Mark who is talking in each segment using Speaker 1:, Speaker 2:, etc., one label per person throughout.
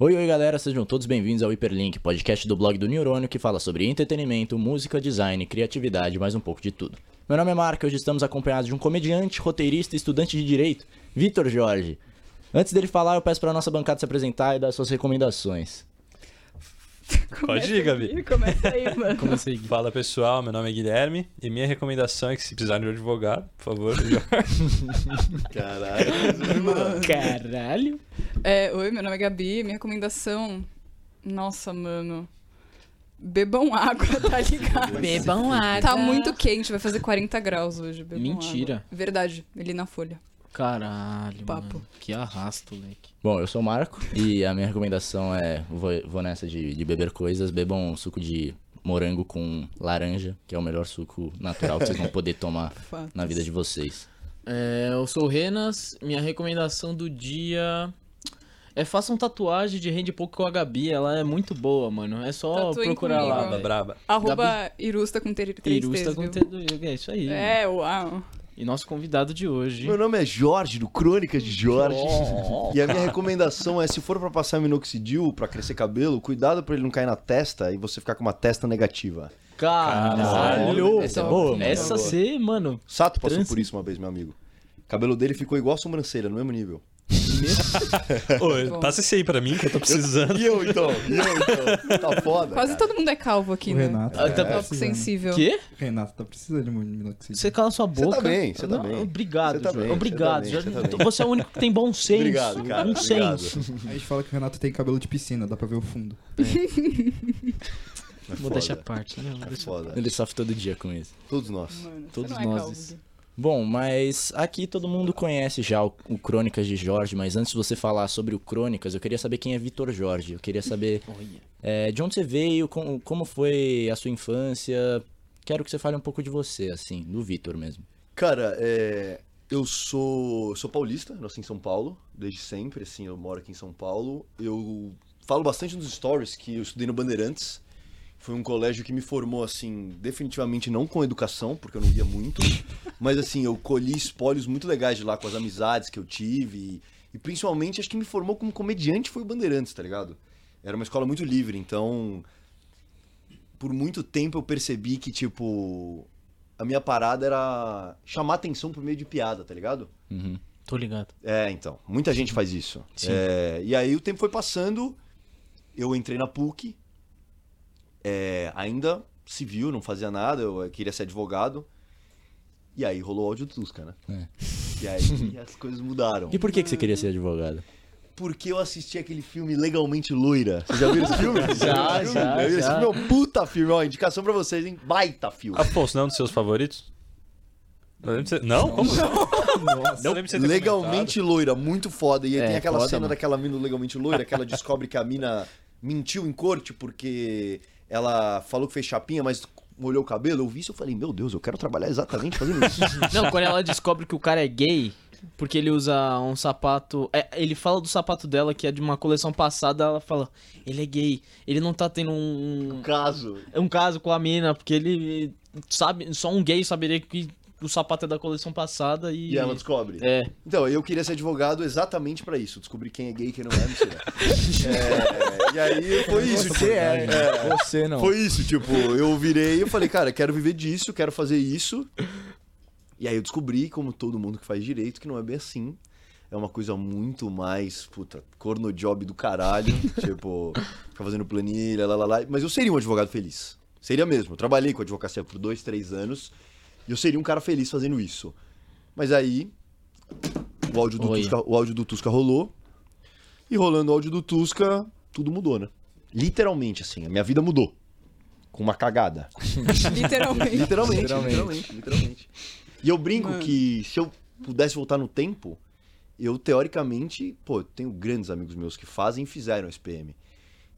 Speaker 1: Oi, oi galera, sejam todos bem-vindos ao Hiperlink, podcast do blog do Neurônio que fala sobre entretenimento, música, design, criatividade, mais um pouco de tudo. Meu nome é Marco e hoje estamos acompanhados de um comediante, roteirista e estudante de direito, Vitor Jorge. Antes dele falar, eu peço para nossa bancada se apresentar e dar suas recomendações.
Speaker 2: Pode ir, Gabi.
Speaker 3: Começa aí, mano.
Speaker 4: Consegui.
Speaker 2: Fala pessoal, meu nome é Guilherme e minha recomendação é que se precisar de um advogado, por favor,
Speaker 5: Caralho.
Speaker 4: Caralho.
Speaker 3: É, oi, meu nome é Gabi. Minha recomendação. Nossa, mano. Bebam água, tá ligado?
Speaker 5: Bebam
Speaker 3: água. Tá muito quente, vai fazer 40 graus hoje. Bebam
Speaker 4: Mentira.
Speaker 3: água. Verdade, ele na folha.
Speaker 4: Caralho,
Speaker 3: Papo.
Speaker 4: mano. Que arrasto, moleque.
Speaker 1: Bom, eu sou o Marco e a minha recomendação é: vou, vou nessa de, de beber coisas, bebam um suco de morango com laranja, que é o melhor suco natural que vocês vão poder tomar
Speaker 3: Fato.
Speaker 1: na vida de vocês.
Speaker 4: É, eu sou o Renas. Minha recomendação do dia é façam tatuagem de rende pouco com a Gabi. Ela é muito boa, mano. É só
Speaker 3: Tatuem
Speaker 4: procurar
Speaker 3: comigo,
Speaker 4: lá.
Speaker 3: ó.
Speaker 2: braba, tá braba.
Speaker 3: Arroba Irusta com ter três
Speaker 4: Irusta
Speaker 3: T's,
Speaker 4: com
Speaker 3: viu?
Speaker 4: T2. É isso aí. mano.
Speaker 3: É, uau.
Speaker 4: E nosso convidado de hoje.
Speaker 5: Meu nome é Jorge, do Crônicas de Jorge.
Speaker 4: Oh.
Speaker 5: E a minha recomendação é, se for pra passar minoxidil, pra crescer cabelo, cuidado pra ele não cair na testa e você ficar com uma testa negativa.
Speaker 4: Caralho.
Speaker 1: Essa é
Speaker 3: Top.
Speaker 1: boa, mano.
Speaker 4: Essa você, mano.
Speaker 5: Sato passou
Speaker 4: Trans-
Speaker 5: por isso uma vez, meu amigo. O cabelo dele ficou igual a sobrancelha, no mesmo nível.
Speaker 2: Ô, passa esse aí pra mim que eu tô precisando.
Speaker 5: E eu, então? E eu, então? Tá foda,
Speaker 3: Quase
Speaker 5: cara.
Speaker 3: todo mundo é calvo aqui,
Speaker 6: O
Speaker 3: né?
Speaker 6: Renato.
Speaker 4: Ah, tá
Speaker 3: Tópico sensível.
Speaker 4: Quê?
Speaker 6: O Renato tá precisando de minoxidil.
Speaker 4: Você cala sua
Speaker 5: Você tá
Speaker 4: boca.
Speaker 5: bem, você tá
Speaker 4: Não,
Speaker 5: bem.
Speaker 4: Obrigado,
Speaker 5: Você tá
Speaker 4: Jorge.
Speaker 5: bem,
Speaker 4: Obrigado,
Speaker 5: você tá bem,
Speaker 4: Jorge.
Speaker 5: você tá bem.
Speaker 4: Você é o único que tem bom senso.
Speaker 5: Obrigado, cara.
Speaker 4: Bom
Speaker 5: obrigado.
Speaker 4: senso.
Speaker 6: A gente fala que o Renato tem cabelo de piscina, dá pra ver o fundo.
Speaker 5: É
Speaker 4: Vou
Speaker 5: foda,
Speaker 4: deixar a parte. Não,
Speaker 5: É
Speaker 4: deixa-
Speaker 5: foda.
Speaker 1: Ele sofre todo dia com isso.
Speaker 5: Todos nós.
Speaker 3: Mano,
Speaker 4: Todos
Speaker 3: você não é
Speaker 4: nós
Speaker 3: calvo.
Speaker 4: desse-
Speaker 3: Gui.
Speaker 1: Bom, mas aqui todo mundo conhece já o, o Crônicas de Jorge, mas antes de você falar sobre o Crônicas, eu queria saber quem é Vitor Jorge. Eu queria saber eh, de onde você veio, com- como foi a sua infância. Quero que você fale um pouco de você, assim, do Vitor mesmo.
Speaker 5: Cara, é, eu sou sou paulista, nasci em São Paulo, desde sempre, assim, eu moro aqui em São Paulo. Eu falo bastante nos stories que eu estudei no Bandeirantes. Foi um colégio que me formou, assim, definitivamente não com educação, porque eu não via muito. mas, assim, eu colhi espólios muito legais de lá com as amizades que eu tive. E, e principalmente, acho que me formou como comediante foi o Bandeirantes, tá ligado? Era uma escola muito livre, então. Por muito tempo eu percebi que, tipo, a minha parada era chamar atenção por meio de piada, tá ligado?
Speaker 1: Uhum.
Speaker 4: Tô ligado.
Speaker 5: É, então. Muita gente faz isso.
Speaker 4: Sim.
Speaker 5: É, e aí o tempo foi passando, eu entrei na PUC, é, ainda civil, não fazia nada, eu queria ser advogado. E aí rolou o áudio do Tusca, né?
Speaker 4: É.
Speaker 5: E aí as coisas mudaram.
Speaker 1: E por que, que você queria ser advogado?
Speaker 5: Porque eu assisti aquele filme Legalmente Loira. Vocês já viram esse filme?
Speaker 4: Já,
Speaker 5: Esse
Speaker 4: já,
Speaker 5: filme? Esse
Speaker 4: já.
Speaker 5: filme é um puta filme, ó. Indicação pra vocês, hein? Baita filme.
Speaker 2: Afonso, não é um dos seus favoritos? Não lembro de você... Não? Como não?
Speaker 6: Nossa.
Speaker 2: Não lembro de você ter
Speaker 5: Legalmente loira, muito foda. E aí
Speaker 1: É,
Speaker 5: tem aquela
Speaker 1: foda,
Speaker 5: cena
Speaker 1: mano.
Speaker 5: daquela mina do legalmente loira que ela descobre que a mina mentiu em corte porque ela falou que fez chapinha, mas molhou o cabelo. Eu vi isso e falei, meu Deus, eu quero trabalhar exatamente fazendo isso.
Speaker 4: Não, quando ela descobre que o cara é gay, porque ele usa um sapato. é, ele fala do sapato dela, que é de uma coleção passada, ela fala, ele é gay. Ele não tá tendo um.
Speaker 5: Caso.
Speaker 4: um caso com a mina, porque ele. sabe, Só um gay saberia que o sapato é da coleção passada e.
Speaker 5: E ela descobre.
Speaker 4: É.
Speaker 5: Então, eu queria ser advogado exatamente pra isso. Descobrir quem é gay e quem não é, mentira. É, e aí foi isso. tipo,
Speaker 6: né?
Speaker 5: é.
Speaker 6: Você não.
Speaker 5: Foi isso, tipo, eu virei e falei, cara, quero viver disso, quero fazer isso. E aí eu descobri, como todo mundo que faz direito, que não é bem assim. É uma coisa muito mais, puta, corno job do caralho. tipo, ficar fazendo planilha, lá, lá, lá. Mas eu seria um advogado feliz. Seria mesmo. Eu trabalhei com advocacia por dois, três anos. E eu seria um cara feliz fazendo isso. Mas aí, o áudio do,
Speaker 4: Oi.
Speaker 5: Tusca, o áudio do Tusca rolou. E rolando o áudio do Tusca, tudo mudou, né? Literalmente, assim. A minha vida mudou. Com uma cagada.
Speaker 3: Literalmente.
Speaker 5: Literalmente, literalmente, literalmente. E eu brinco
Speaker 3: Mano.
Speaker 5: que se eu pudesse voltar no tempo, eu teoricamente, pô, eu tenho grandes amigos meus que fazem e fizeram SPM.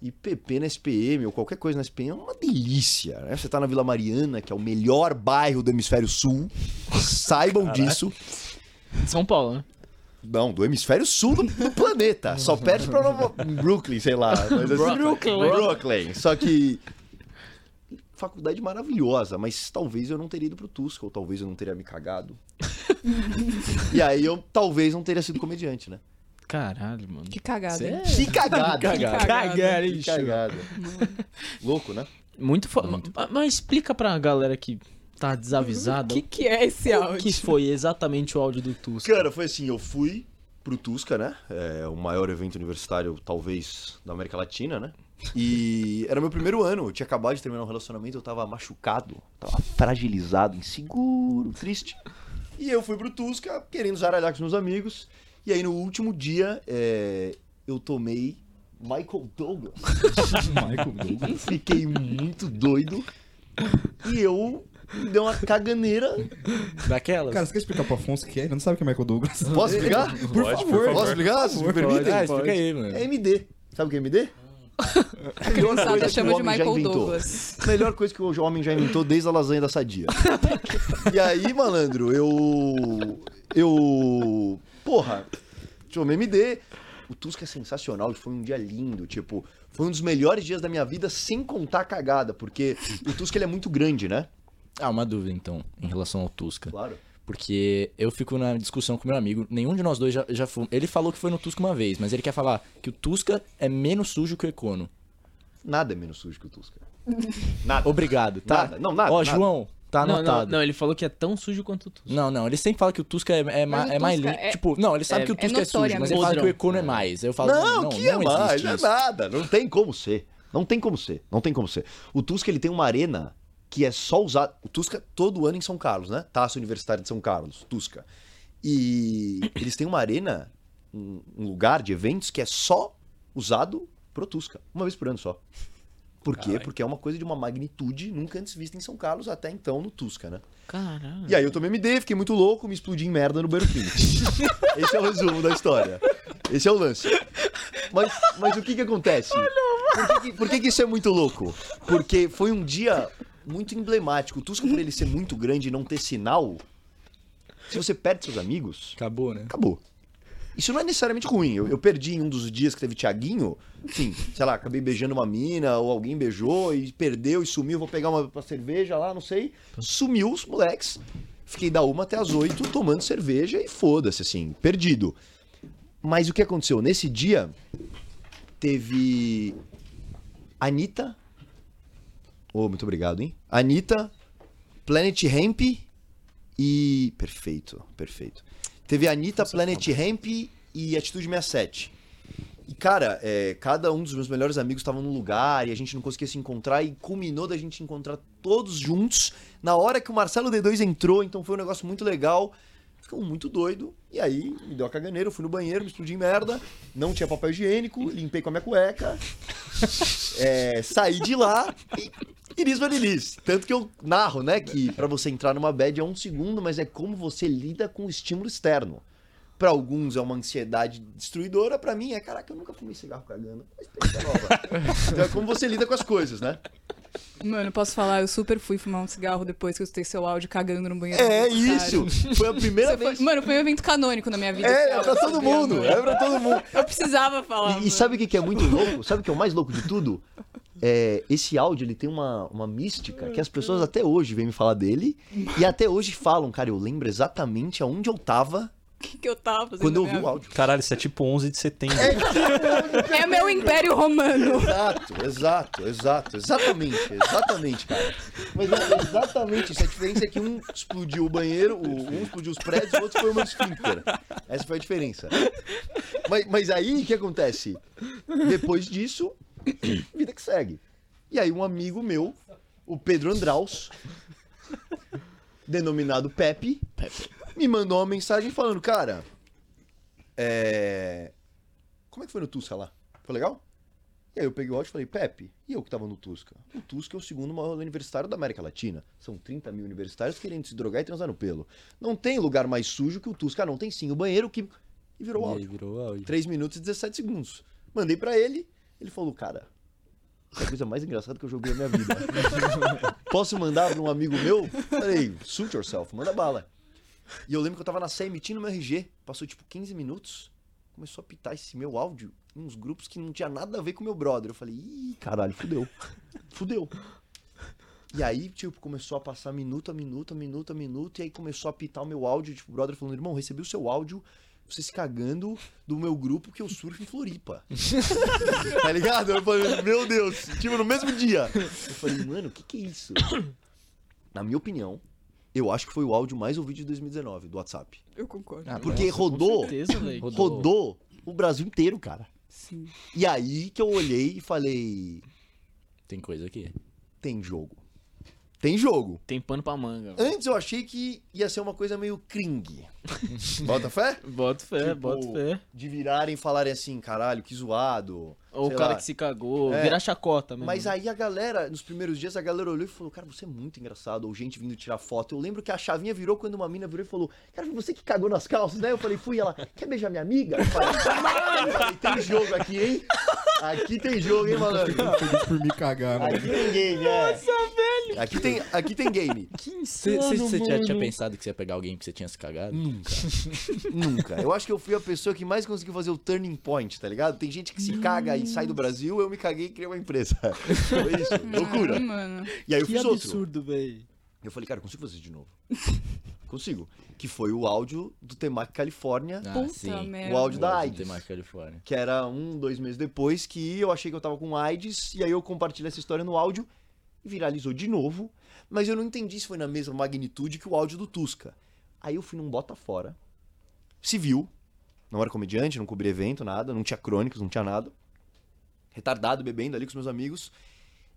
Speaker 5: E PP na SPM ou qualquer coisa na SPM é uma delícia, né? Você tá na Vila Mariana, que é o melhor bairro do hemisfério sul. Saibam disso.
Speaker 4: São Paulo, né?
Speaker 5: Não, do hemisfério sul do, do planeta. Só perde pra Nova... Brooklyn, sei lá. mas assim-
Speaker 4: Brooklyn.
Speaker 5: Brooklyn. Só que. Faculdade maravilhosa, mas talvez eu não teria ido pro Tusca, ou talvez eu não teria me cagado. e aí eu talvez não teria sido comediante, né?
Speaker 4: Caralho, mano.
Speaker 3: Que cagada.
Speaker 5: Cê é
Speaker 3: hein?
Speaker 5: Que cagada.
Speaker 3: Que cagada.
Speaker 4: Cagada,
Speaker 5: Que
Speaker 4: bicho.
Speaker 5: cagada. Louco, né?
Speaker 4: Muito foda. Mas, mas explica pra galera que tá desavisada
Speaker 3: O que, que é esse
Speaker 4: o
Speaker 3: áudio?
Speaker 4: que foi exatamente o áudio do Tusca.
Speaker 5: Cara, foi assim, eu fui pro Tusca, né? É o maior evento universitário, talvez, da América Latina, né? E era meu primeiro ano, eu tinha acabado de terminar um relacionamento, eu tava machucado, tava fragilizado, inseguro, triste. E eu fui pro Tusca, querendo zaralhar com os meus amigos. E aí, no último dia, é, eu tomei Michael Douglas.
Speaker 6: Michael Douglas.
Speaker 5: Fiquei muito doido. E eu me dei uma caganeira.
Speaker 1: Daquelas?
Speaker 6: Cara, você quer explicar pro Afonso que é? Ele não sabe quem é Michael Douglas.
Speaker 5: Posso ligar?
Speaker 6: Por
Speaker 2: Pode, por
Speaker 6: favor.
Speaker 2: favor.
Speaker 5: Posso ligar? Se me permitem?
Speaker 1: ah, explica aí, mano.
Speaker 5: É MD. Sabe o que é MD?
Speaker 3: A criançada
Speaker 5: Coisa que
Speaker 3: chama
Speaker 5: o
Speaker 3: de
Speaker 5: homem já
Speaker 3: Michael
Speaker 5: inventou.
Speaker 3: Douglas.
Speaker 5: Melhor coisa que o homem já inventou desde a lasanha da sadia. E aí, malandro, eu. Eu. Porra, tomei MD. O Tusca é sensacional, foi um dia lindo, tipo, foi um dos melhores dias da minha vida, sem contar a cagada, porque o Tusca ele é muito grande, né?
Speaker 1: Ah, uma dúvida então, em relação ao Tusca.
Speaker 5: Claro.
Speaker 1: Porque eu fico na discussão com meu amigo, nenhum de nós dois já, já fomos. Ele falou que foi no Tusca uma vez, mas ele quer falar que o Tusca é menos sujo que o Econo.
Speaker 5: Nada é menos sujo que o Tusca.
Speaker 1: Obrigado, tá?
Speaker 5: Nada, não, nada,
Speaker 1: Ó,
Speaker 5: nada.
Speaker 1: João, tá
Speaker 4: não, não,
Speaker 1: anotado. Não,
Speaker 4: não, ele falou que é tão sujo quanto o Tusca.
Speaker 1: ele sempre fala que o Tusca é, é, ma-
Speaker 3: o
Speaker 1: é mais
Speaker 3: Tusca
Speaker 1: limpo.
Speaker 3: é-
Speaker 1: Tipo, não, ele sabe
Speaker 4: é-
Speaker 1: que o
Speaker 3: é
Speaker 1: Tusca é, sujo, mas ele
Speaker 4: notoriamente
Speaker 1: fala que o
Speaker 4: podrão.
Speaker 1: Econo é mais. Aí eu falo,
Speaker 5: Não,
Speaker 1: não,
Speaker 5: que é
Speaker 1: não
Speaker 5: mais,
Speaker 1: existe
Speaker 5: é
Speaker 1: isso.
Speaker 5: nada. Não tem como ser. Não tem como ser. Não tem como ser. O Tusca, ele tem uma arena que é só usada. O Tusca, todo ano em São Carlos, né? Taça Universitária de São Carlos, Tusca. E eles têm uma arena, um, um lugar de eventos que é só usado pro Tusca. Uma vez por ano só. Por quê?
Speaker 2: Caralho.
Speaker 5: Porque é uma coisa de uma magnitude nunca antes vista em São Carlos, até então no Tusca, né?
Speaker 4: Caralho.
Speaker 5: E aí eu tomei MD, fiquei muito louco, me explodi em merda no banheiro químico. Esse é o resumo da história. Esse é o lance. Mas, mas o que que acontece? Por que que, por que que isso é muito louco? Porque foi um dia muito emblemático. O Tusca, por ele ser muito grande e não ter sinal, se você perde seus amigos,
Speaker 1: Acabou, né?
Speaker 5: acabou. Isso não é necessariamente ruim. Eu, eu perdi em um dos dias que teve Tiaguinho, enfim, sei lá, acabei beijando uma mina, ou alguém beijou e perdeu e sumiu, vou pegar uma, uma cerveja lá, não sei. Sumiu os moleques. Fiquei da uma até as oito tomando cerveja e foda-se, assim, perdido. Mas o que aconteceu? Nesse dia, teve. Anitta. Oh, muito obrigado, hein? Anitta, Planet Hemp e. Perfeito, perfeito. Teve Anitta, Planet Hemp e Atitude 67. E, cara, é, cada um dos meus melhores amigos estava num lugar e a gente não conseguia se encontrar e culminou da gente encontrar todos juntos na hora que o Marcelo D2 entrou, então foi um negócio muito legal. Ficou muito doido. E aí, me deu a caganeira, eu fui no banheiro, me explodi em merda, não tinha papel higiênico, limpei com a minha cueca, é, saí de lá e Iris Vanilis. Tanto que eu narro, né, que pra você entrar numa bad é um segundo, mas é como você lida com o estímulo externo. Pra alguns é uma ansiedade destruidora, pra mim é, caraca, eu nunca fumei cigarro cagando. Mas experiência nova. então é como você lida com as coisas, né?
Speaker 3: Mano, posso falar, eu super fui fumar um cigarro depois que eu escutei seu áudio cagando no banheiro.
Speaker 5: É
Speaker 3: universitário.
Speaker 5: isso. Foi a primeira
Speaker 3: Você foi-
Speaker 5: vez.
Speaker 3: Mano, foi um evento canônico na minha vida. esse
Speaker 5: É, é
Speaker 3: áudio,
Speaker 5: pra todo
Speaker 3: sabia, né?
Speaker 5: mundo.
Speaker 3: mano?
Speaker 5: É pra todo mundo.
Speaker 3: Eu precisava falar.
Speaker 5: E, e sabe o que, que é muito louco? Sabe o que é o mais louco de tudo? É, esse áudio ele tem uma, uma mística que as pessoas até hoje vêm me falar dele e até hoje falam, cara, eu lembro exatamente aonde eu tava
Speaker 3: o que, que eu tava fazendo?
Speaker 5: quando
Speaker 3: na
Speaker 5: eu ouvi o
Speaker 3: minha
Speaker 5: áudio.
Speaker 2: Caralho, isso é tipo 11 de setembro.
Speaker 3: vida? É meu império romano.
Speaker 5: Exato, exato, exato, exatamente, exatamente, cara. Mas é exatamente isso. A diferença é que um explodiu o banheiro, o- um explodiu os prédios, o outro foi uma esfíncter. Essa foi a diferença. Mas, mas aí o que acontece? Depois disso, vida que segue. E aí um amigo meu, o Pedro Andraus, denominado Pepe, me mandou uma mensagem falando, cara, é... como é que foi no Tusca lá? Foi legal? E aí eu peguei o áudio e falei, Pepe, e eu que tava no Tusca? O Tusca é o segundo maior universitário da América Latina. São 30 mil universitários querendo se drogar e transar no pelo. Não tem lugar mais sujo que o Tusca. Ah, não tem sim. O banheiro que... E virou
Speaker 1: E
Speaker 5: áudio.
Speaker 1: aí virou áudio.
Speaker 5: 3 minutos e 17 segundos. Mandei pra ele, ele falou, cara, essa é a coisa mais engraçada que eu joguei na minha vida. Posso mandar pra um amigo meu? Falei, suit yourself, manda bala. E eu lembro que eu tava na CMT no meu RG, passou tipo 15 minutos, começou a pitar esse meu áudio em uns grupos que não tinha nada a ver com o meu brother. Eu falei, ih, caralho, fudeu. Fudeu. E aí, tipo, começou a passar minuto a minuto, a minuto a minuto, e aí começou a pitar o meu áudio, tipo, o brother falando, irmão, recebi o seu áudio, você se cagando do meu grupo que eu surfo em Floripa. tá ligado? Eu falei, meu Deus, tipo, no mesmo dia. Eu falei, mano, o que que é isso? Na minha opinião, eu acho que foi o áudio mais ouvido de 2019 do WhatsApp.
Speaker 3: Eu concordo.
Speaker 1: Ah,
Speaker 5: Porque rodou,
Speaker 4: Certeza, velho.
Speaker 1: Rodou.
Speaker 5: rodou o Brasil inteiro, cara.
Speaker 3: Sim.
Speaker 5: E aí que eu olhei e falei,
Speaker 1: Tem coisa aqui.
Speaker 5: tem jogo. Tem jogo.
Speaker 4: Tem pano pra manga. velho.
Speaker 5: Antes eu achei que ia ser uma coisa meio cringe. Bota fé?
Speaker 4: Bota fé,
Speaker 5: Tipo,
Speaker 4: bota fé.
Speaker 5: De virarem e falarem assim, caralho, que zoado.
Speaker 4: Ou
Speaker 5: sei
Speaker 4: o cara
Speaker 5: lá.
Speaker 4: que se cagou,
Speaker 5: É.
Speaker 4: virar chacota mesmo.
Speaker 5: Mas aí a galera, nos primeiros dias, a galera olhou e falou, cara, você é muito engraçado. Ou gente vindo tirar foto. Eu lembro que a chavinha virou quando uma mina virou e falou, cara, foi você que cagou nas calças, né? Eu falei, fui. Ela, quer beijar minha amiga? Eu falei, "Caralho!" Eu falei, tem jogo aqui, hein? Aqui tem jogo, hein, malandro?
Speaker 6: Feliz por me cagar, né? mano.
Speaker 5: Aqui tem game, é. Nossa, velho! Aqui tem, aqui tem game.
Speaker 1: Você já tinha pensado que você ia pegar alguém que você tinha se cagado?
Speaker 5: Nunca. Eu acho que eu fui a pessoa que mais conseguiu fazer o turning point, tá ligado? Tem gente que se caga e sai do Brasil, eu me caguei e criei uma empresa. Foi isso. Loucura.
Speaker 3: Ah, mano.
Speaker 5: E aí eu
Speaker 4: Que
Speaker 5: fiz outro.
Speaker 4: absurdo, velho.
Speaker 5: Eu falei, cara, eu consigo fazer isso de novo. Consigo. Que foi o áudio do Temac Califórnia,
Speaker 1: Ah,
Speaker 3: Puta
Speaker 1: sim.
Speaker 3: merda.
Speaker 5: O áudio da AIDS.
Speaker 1: Tem mais Califórnia.
Speaker 5: que era um, dois meses depois, que eu achei que eu tava com AIDS, e aí eu compartilhei essa história no áudio, e viralizou de novo. Mas eu não entendi se foi na mesma magnitude que o áudio do Tusca. Aí eu fui num bota fora, se viu, não era comediante, não cobria evento, nada, não tinha crônicos, não tinha nada. Retardado, bebendo ali com os meus amigos.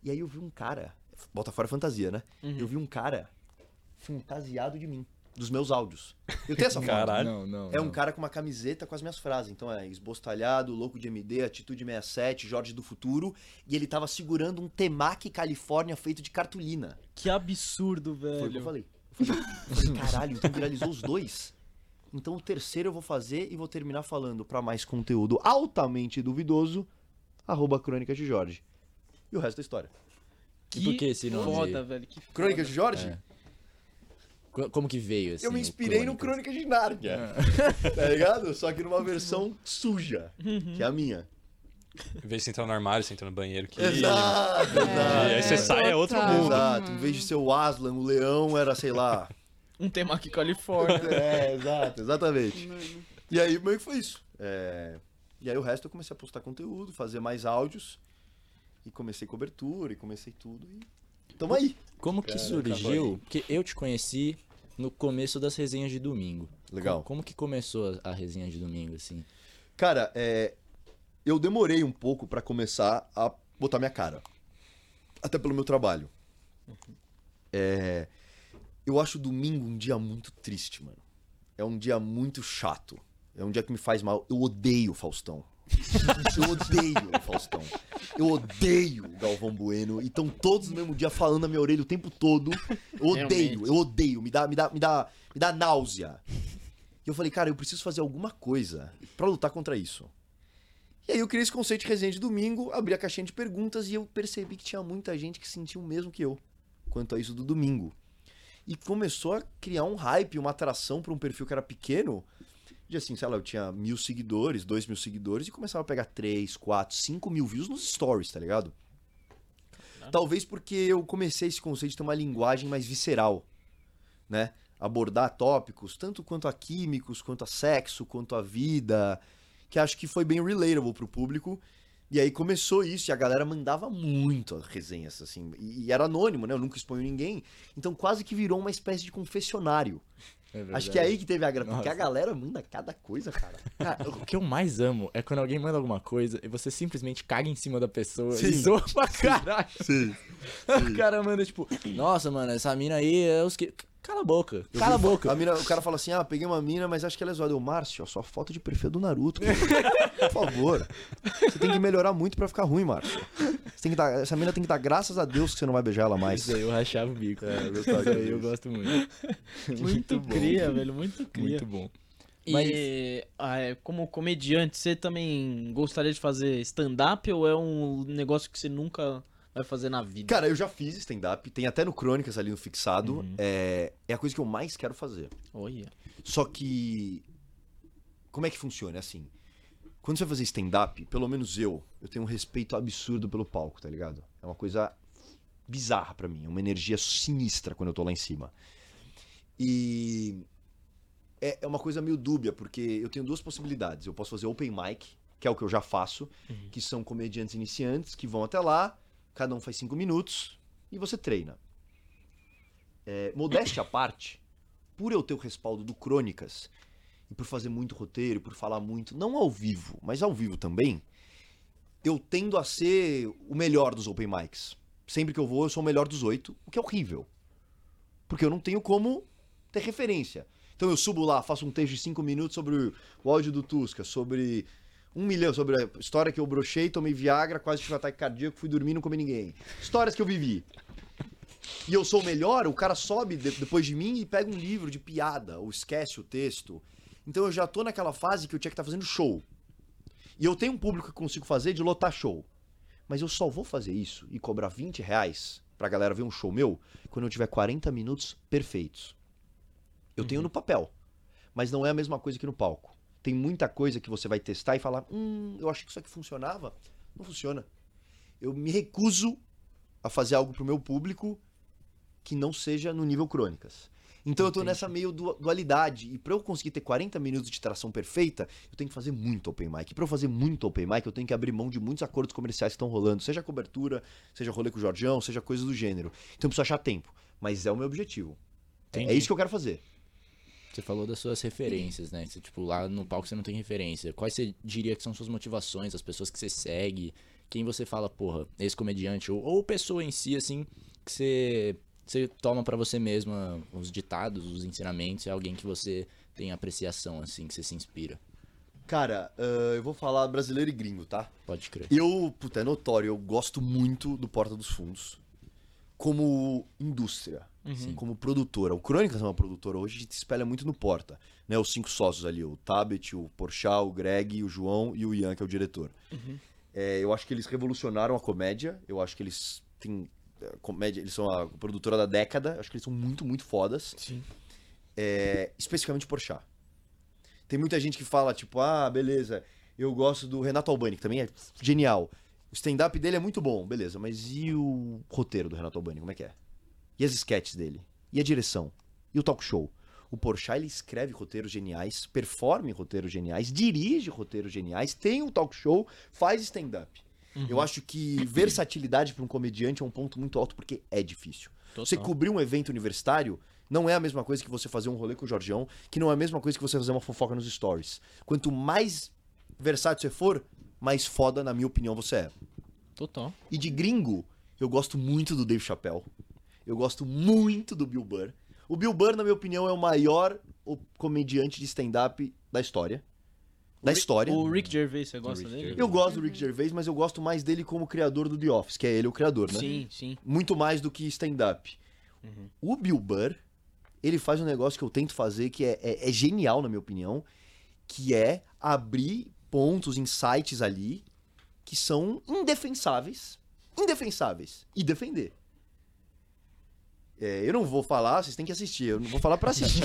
Speaker 5: E aí eu vi um cara, bota fora fantasia, né? Eu vi um cara fantasiado de mim, dos meus áudios. Eu tenho essa foto.
Speaker 2: Caralho.
Speaker 6: Não, não.
Speaker 5: É um
Speaker 6: não.
Speaker 5: cara com uma camiseta com as minhas frases. Então é esbostalhado, louco de MD, atitude 67, Jorge do futuro. E ele tava segurando um Temac Califórnia feito de cartolina.
Speaker 4: Que absurdo,
Speaker 5: Foi o que eu
Speaker 4: velho.
Speaker 5: falei. Eu falei, eu falei, caralho, então viralizou os dois. Então o terceiro eu vou fazer e vou terminar falando pra mais conteúdo altamente duvidoso, arroba Crônicas de Jorge. E o resto da história.
Speaker 4: Que
Speaker 1: E por que esse nome?
Speaker 4: Foda, velho. Que foda.
Speaker 5: Crônicas de Jorge?
Speaker 1: Co- Como que veio assim?
Speaker 5: eu me inspirei no
Speaker 1: Crônicas?
Speaker 5: Crônica de Nárnia. tá ligado? Só que numa versão suja, que é a minha.
Speaker 2: Em vez de você entrar no armário, você entra no banheiro. Que...
Speaker 5: Exato,
Speaker 3: É,
Speaker 5: exato.
Speaker 2: E aí você sai, é outro
Speaker 3: total.
Speaker 2: mundo.
Speaker 5: Exato, em vez de ser o Aslan, o leão era, sei lá.
Speaker 4: Um tema aqui Califórnia.
Speaker 5: é, exato, exatamente.
Speaker 3: Mano.
Speaker 5: E aí meio que foi isso. É, E aí o resto eu comecei a postar conteúdo, fazer mais áudios. E comecei cobertura, e comecei tudo. E tamo aí.
Speaker 1: Como que surgiu? Porque eu te conheci no começo das resenhas de domingo.
Speaker 5: Legal.
Speaker 1: Como, como que começou a, a resenha de domingo, assim?
Speaker 5: Cara, é, eu demorei um pouco pra começar a botar minha cara. Até pelo meu trabalho. É, eu acho o domingo um dia muito triste, mano. É um dia muito chato. É um dia que me faz mal. Eu odeio o Faustão. Eu odeio o Faustão. Eu odeio o Galvão Bueno. E estão todos no mesmo dia falando na minha orelha o tempo todo. Eu odeio,
Speaker 4: Realmente.
Speaker 5: eu odeio. Me dá, me dá, me dá, me dá náusea. E eu falei, cara, eu preciso fazer alguma coisa pra lutar contra isso. E aí eu criei esse conceito de resenha de domingo, abri a caixinha de perguntas e eu percebi que tinha muita gente que sentiu o mesmo que eu quanto a isso do domingo. E começou a criar um hype, uma atração pra um perfil que era pequeno. De assim, sei lá, eu tinha mil seguidores, dois mil seguidores, e começava a pegar três, quatro, cinco mil views nos stories, tá ligado? Talvez porque eu comecei esse conceito de ter uma linguagem mais visceral, né? Abordar tópicos, tanto quanto a químicos, quanto a sexo, quanto a vida, que acho que foi bem relatable pro público. E aí começou isso, e a galera mandava muito resenhas, assim, e, e era anônimo, né? Eu nunca exponho ninguém. Então quase que virou uma espécie de confessionário. Acho que é aí que teve a graça, porque a galera manda cada coisa, cara.
Speaker 1: Cara, o que eu mais amo é quando alguém manda alguma coisa e você simplesmente caga em cima da pessoa e zoa pra caralho.
Speaker 5: Sim.
Speaker 1: O cara manda tipo, nossa, mano, essa mina aí é os que. Cala a boca, cala a boca.
Speaker 5: A mina- o cara fala assim: ah, peguei uma mina, mas acho que ela é zoada. Eu, Márcio, ó, sua foto de perfil é do Naruto. cara. Por favor. Você tem que melhorar muito pra ficar ruim, Márcio. Você tem que dar- essa mina tem que dar graças a Deus que você não vai beijar ela mais.
Speaker 1: Isso aí eu rachava o bico.
Speaker 5: É, eu
Speaker 1: eu,
Speaker 5: gostava disso.
Speaker 1: eu gosto muito.
Speaker 4: Muito cria, velho. Muito cria.
Speaker 1: Muito bom. Mas-
Speaker 4: E ah, é, como comediante, você também gostaria de fazer stand-up ou é um negócio que você nunca vai fazer na vida?
Speaker 5: Cara, eu já fiz stand-up, tem até no Crônicas ali no Fixado. É, é a coisa que eu mais quero fazer.
Speaker 4: Olha.
Speaker 5: Só que. Como é que funciona? É assim. Quando você vai fazer stand-up, pelo menos eu, eu tenho um respeito absurdo pelo palco, tá ligado? É uma coisa bizarra pra mim, é uma energia sinistra quando eu tô lá em cima. E. é, é uma coisa meio dúbia, porque eu tenho duas possibilidades. Eu posso fazer open mic, que é o que eu já faço, que são comediantes iniciantes que vão até lá, cada um faz cinco minutos e você treina. É, modéstia à parte, por eu ter o respaldo do Crônicas e por fazer muito roteiro, por falar muito, não ao vivo, mas ao vivo também, eu tendo a ser o melhor dos open mics. Sempre que eu vou, eu sou o melhor dos oito, o que é horrível. Porque eu não tenho como ter referência. Então eu subo lá, faço um texto de cinco minutos sobre o áudio do Tusca, sobre um milhão, sobre a história que eu brochei, tomei Viagra, quase tive um ataque cardíaco, fui dormir, não comi ninguém. Histórias que eu vivi. E eu sou o melhor, o cara sobe de- depois de mim e pega um livro de piada, ou esquece o texto. Então eu já tô naquela fase que eu tinha que estar fazendo show. E eu tenho um público que consigo fazer de lotar show. Mas eu só vou fazer isso e cobrar 20 reais pra galera ver um show meu quando eu tiver 40 minutos perfeitos. Eu tenho no papel. Mas não é a mesma coisa que no palco. Tem muita coisa que você vai testar e falar: hum, eu achei que isso aqui funcionava. Não funciona. Eu me recuso a fazer algo pro meu público que não seja no nível crônicas. Então eu tô nessa meio du- dualidade. E pra eu conseguir ter 40 minutos de tração perfeita, eu tenho que fazer muito open mic. E pra eu fazer muito open mic, eu tenho que abrir mão de muitos acordos comerciais que estão rolando, seja cobertura, seja rolê com o Jordião, seja coisa do gênero. Então eu preciso achar tempo. Mas é o meu objetivo.
Speaker 1: Entendi.
Speaker 5: É isso que eu quero fazer.
Speaker 1: Você falou das suas referências, né? Você, tipo, lá no palco você não tem referência. Quais você diria que são suas motivações, as pessoas que você segue? Quem você fala, porra, esse comediante? Ou, ou pessoa em si, assim, que você, você toma pra você mesma os ditados, os ensinamentos? É alguém que você tem apreciação, assim, que você se inspira?
Speaker 5: Cara, ah, eu vou falar brasileiro e gringo, tá?
Speaker 1: Pode crer.
Speaker 5: Eu, puta, é notório, eu gosto muito do Porta dos Fundos como indústria, assim, como produtora. O Crônicas é uma produtora, hoje a gente se espelha muito no Porta, né? Os cinco sócios ali, o Tabet, o Porchat, o Greg, o João e o Ian, que é o diretor. É, eu acho que eles revolucionaram a comédia, eu acho que eles têm é, comédia, eles são a produtora da década, eu acho que eles são muito, muito fodas.
Speaker 4: Sim.
Speaker 5: É, especificamente Porchat. Tem muita gente que fala, tipo, ah, beleza, eu gosto do Renato Albani, que também é genial. O stand-up dele é muito bom, beleza, mas e o roteiro do Renato Albani, como é que é? E as sketches dele? E a direção? E o talk show? O Porchat, ele escreve roteiros geniais, performa em roteiros geniais, dirige roteiros geniais, tem um talk show, faz stand-up. Eu acho que versatilidade para um comediante é um ponto muito alto, porque é difícil. Você cobrir um evento universitário não é a mesma coisa que você fazer um rolê com o Jorgeão, que não é a mesma coisa que você fazer uma fofoca nos stories. Quanto mais versátil você for, mais foda, na minha opinião, você é.
Speaker 4: Total.
Speaker 5: E de gringo, eu gosto muito do Dave Chappelle. Eu gosto muito do Bill Burr. O Bill Burr, na minha opinião, é o maior o- comediante de stand-up da história. Da história.
Speaker 4: O Rick Gervais, você gosta
Speaker 1: Rick
Speaker 4: dele?
Speaker 5: Eu gosto do Rick Gervais, mas eu gosto mais dele como criador do The Office, que é ele o criador, né?
Speaker 4: Sim, sim.
Speaker 5: muito mais do que stand-up. O Bill Burr, ele faz um negócio que eu tento fazer que é, é- é genial, na minha opinião, que é abrir pontos, insights ali que são indefensáveis, indefensáveis, e defender. É, eu não vou falar, vocês têm que assistir. Eu não vou falar pra assistir.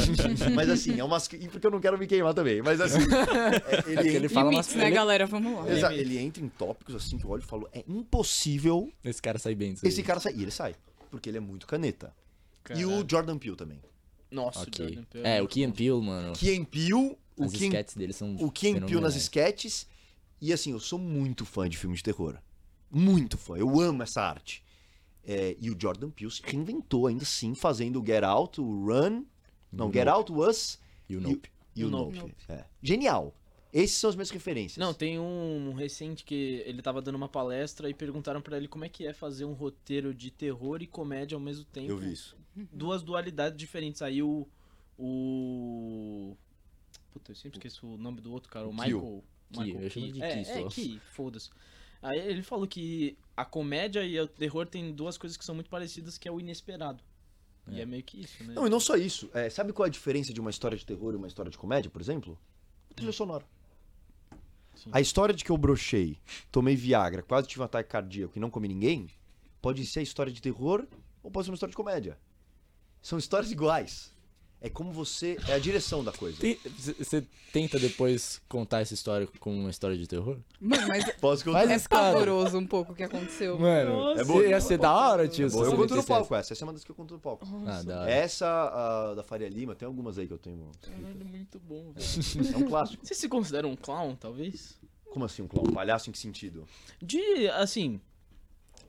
Speaker 5: mas assim, é umas. Porque eu não quero me queimar também. Mas assim. é, ele,
Speaker 1: ele
Speaker 5: entra,
Speaker 1: Fala
Speaker 3: Limites,
Speaker 1: umas-
Speaker 3: né,
Speaker 1: ele-
Speaker 3: galera? Vamos lá.
Speaker 5: exa- ele entra em tópicos assim que eu olho e falo: é impossível
Speaker 1: Esse cara sai bem.
Speaker 5: esse cara sai. E ele sai. Porque ele é muito caneta. E o Jordan Peele também.
Speaker 4: Nossa, o
Speaker 1: Ok.
Speaker 4: Jordan Peele.
Speaker 1: É, o Key and Peele, mano.
Speaker 5: Kien Peele, o
Speaker 1: As
Speaker 5: Kien,
Speaker 1: sketches dele são
Speaker 5: o Kien Peele nas
Speaker 1: fenomenais.
Speaker 5: sketches. E assim, eu sou muito fã de filme de terror. Muito fã. Eu amo essa arte. É, e o Jordan Peele se reinventou ainda assim, fazendo o Get Out, o Run. Não,
Speaker 1: o
Speaker 5: Get Out, Us
Speaker 1: E o
Speaker 5: e-
Speaker 1: Nope.
Speaker 5: e o
Speaker 4: O
Speaker 5: Nope.
Speaker 4: Nope.
Speaker 5: É. Genial. Esses são as minhas referências.
Speaker 4: Não, tem um recente que ele tava dando uma palestra e perguntaram pra ele como é que é fazer um roteiro de terror e comédia ao mesmo tempo.
Speaker 5: eu vi isso.
Speaker 4: Duas dualidades diferentes. Aí o. O. Puta, eu sempre esqueço o nome do outro cara, o
Speaker 5: Kill.
Speaker 4: Michael.
Speaker 1: Kill,
Speaker 4: Michael
Speaker 1: eu chamo
Speaker 4: Key.
Speaker 1: de
Speaker 4: é,
Speaker 1: Key só.
Speaker 4: é Key, foda-se. Aí ele falou que a comédia e o terror tem duas coisas que são muito parecidas, que é o inesperado. E é meio que isso, né?
Speaker 5: Não, e não só isso. É, sabe qual é a diferença de uma história de terror e uma história de comédia, por exemplo? O trilha sonora.
Speaker 4: Sim.
Speaker 5: A história de que eu brochei, tomei Viagra, quase tive um ataque cardíaco e não comi ninguém, pode ser a história de terror ou pode ser uma história de comédia. São histórias iguais. É como você. É a direção da coisa.
Speaker 1: Você tenta depois contar essa história como uma história de terror?
Speaker 3: Mano, mas
Speaker 5: Posso contar?
Speaker 1: Faz
Speaker 3: é
Speaker 1: esse cara.
Speaker 3: pavoroso um pouco o que aconteceu.
Speaker 1: Mano,
Speaker 5: É boa.
Speaker 1: ia ser da hora, tio.
Speaker 5: Bom,
Speaker 1: se
Speaker 5: eu conto no
Speaker 1: 77.
Speaker 5: palco essa. Essa é uma das que eu conto no palco.
Speaker 1: Ah, da hora.
Speaker 5: Essa a da Faria Lima, tem algumas aí que eu tenho.
Speaker 4: Caralho, muito bom, velho.
Speaker 5: É um clássico.
Speaker 4: Você se considera um clown, talvez?
Speaker 5: Como assim, um clown? Palhaço em que sentido?
Speaker 4: De, assim...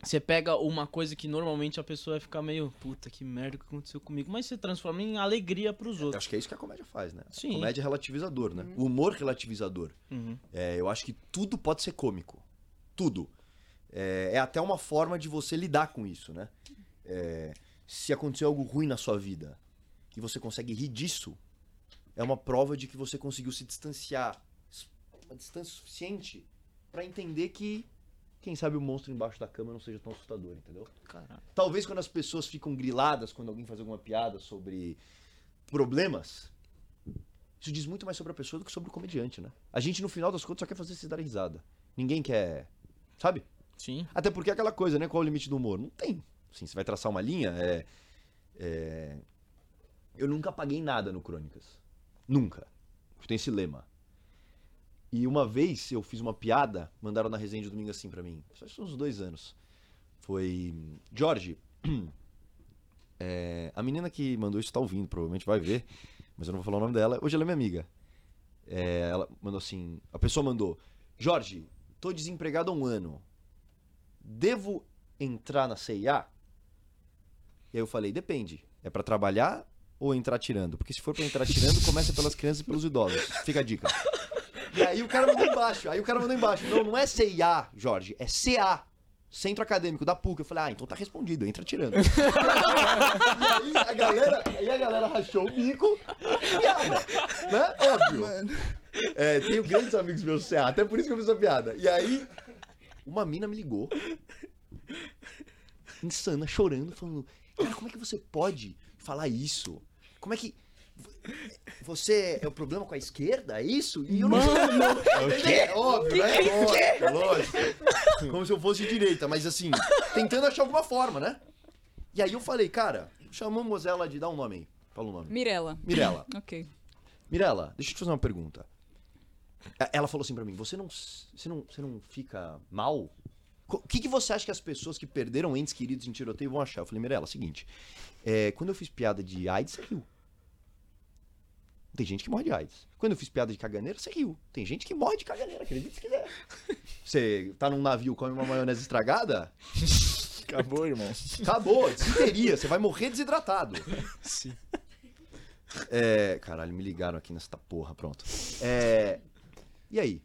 Speaker 4: Você pega uma coisa que normalmente a pessoa vai ficar meio... Puta, que merda que aconteceu comigo. Mas você transforma em alegria pros
Speaker 5: Eu
Speaker 4: outros.
Speaker 5: acho que é isso que a comédia faz, né?
Speaker 4: Sim.
Speaker 5: A comédia é relativizador, né? O humor relativizador.
Speaker 4: Uhum.
Speaker 5: É, eu acho que tudo pode ser cômico. Tudo. É, é até uma forma de você lidar com isso, né? É, se acontecer algo ruim na sua vida e você consegue rir disso, é uma prova de que você conseguiu se distanciar s- uma distância suficiente pra entender que, quem sabe, o monstro embaixo da cama não seja tão assustador, entendeu?
Speaker 4: Caralho.
Speaker 5: Talvez quando as pessoas ficam griladas quando alguém faz alguma piada sobre problemas, isso diz muito mais sobre a pessoa do que sobre o comediante, né? A gente, no final das contas, só quer fazer vocês darem risada. Ninguém quer. Sabe?
Speaker 4: Sim.
Speaker 5: Até porque é aquela coisa, né? Qual é o limite do humor? Não tem. Assim, você vai traçar uma linha, é. é, Eu nunca paguei nada no Crônicas. Nunca. Eu tenho esse lema. E uma vez eu fiz uma piada, mandaram na resenha de domingo assim pra mim. Isso acho que uns dois anos. Foi. Jorge. é, a menina que mandou isso tá ouvindo, provavelmente vai ver. Mas eu não vou falar o nome dela. Hoje ela é minha amiga. É, ela mandou assim. A pessoa mandou: Jorge, tô desempregado há um ano devo entrar na CIA? E aí eu falei, depende. É pra trabalhar ou entrar tirando? Porque se for pra entrar tirando, começa pelas crianças e pelos idosos. Fica a dica. E aí o cara mandou embaixo. Aí o cara mandou embaixo. Não, não é CIA, Jorge. É CA. Centro Acadêmico da PUC. Eu falei, ah, então tá respondido, entra tirando. e aí a galera, aí a galera rachou o bico. Piada, né? Óbvio. É, tenho grandes amigos meus do CA, até por isso que eu fiz a piada. E aí, uma mina me ligou. Insana, chorando, falando: Cara, como é que você pode falar isso? Como é que. vo- Você é o problema com a esquerda? É isso? E eu Mano, não. O quê? Óbvio, né? Óbvio, lógico. Como se eu fosse de direita, mas assim, tentando achar alguma forma, né? E aí eu falei, cara, chamamos ela de. Dá um nome aí. Fala o nome.
Speaker 3: Mirella.
Speaker 5: Mirela.
Speaker 3: Ok.
Speaker 5: Mirela, deixa eu te fazer uma pergunta. A- Ela falou assim pra mim: você não, s- você não, você não fica mal? Co- O que, que você acha que as pessoas que perderam entes queridos em tiroteio vão achar? Eu falei, Mirela, seguinte. é, quando eu fiz piada de AIDS, você riu. Tem gente que morre de AIDS. Quando eu fiz piada de caganeira, você riu. Tem gente que morre de caganeira, acredite se quiser. Você tá num navio, come uma maionese estragada,
Speaker 1: Acabou, irmão.
Speaker 5: acabou, desinteria, você vai morrer desidratado.
Speaker 4: Sim.
Speaker 5: É, caralho, me ligaram aqui nessa porra, pronto. É, e aí?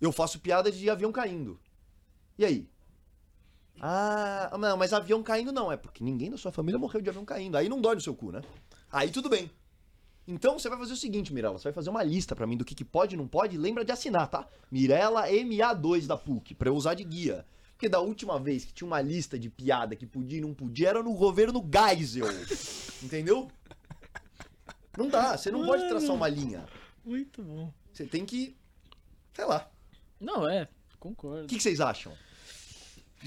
Speaker 5: Eu faço piada de avião caindo. E aí? Ah, não, mas avião caindo não, é porque ninguém da sua família morreu de avião caindo. Aí não dói no seu cu, né? Aí tudo bem. Então você vai fazer o seguinte, Mirella, você vai fazer uma lista pra mim do que, que pode e não pode, e lembra de assinar, tá? Mirella MA2 da PUC, pra eu usar de guia. Porque da última vez que tinha uma lista de piada que podia e não podia era no governo Geisel. Entendeu? Não dá, você não pode traçar uma linha.
Speaker 4: Muito bom.
Speaker 5: Você tem que. Sei lá.
Speaker 4: Não, é.
Speaker 5: O
Speaker 4: Concordo.
Speaker 5: que, que vocês acham?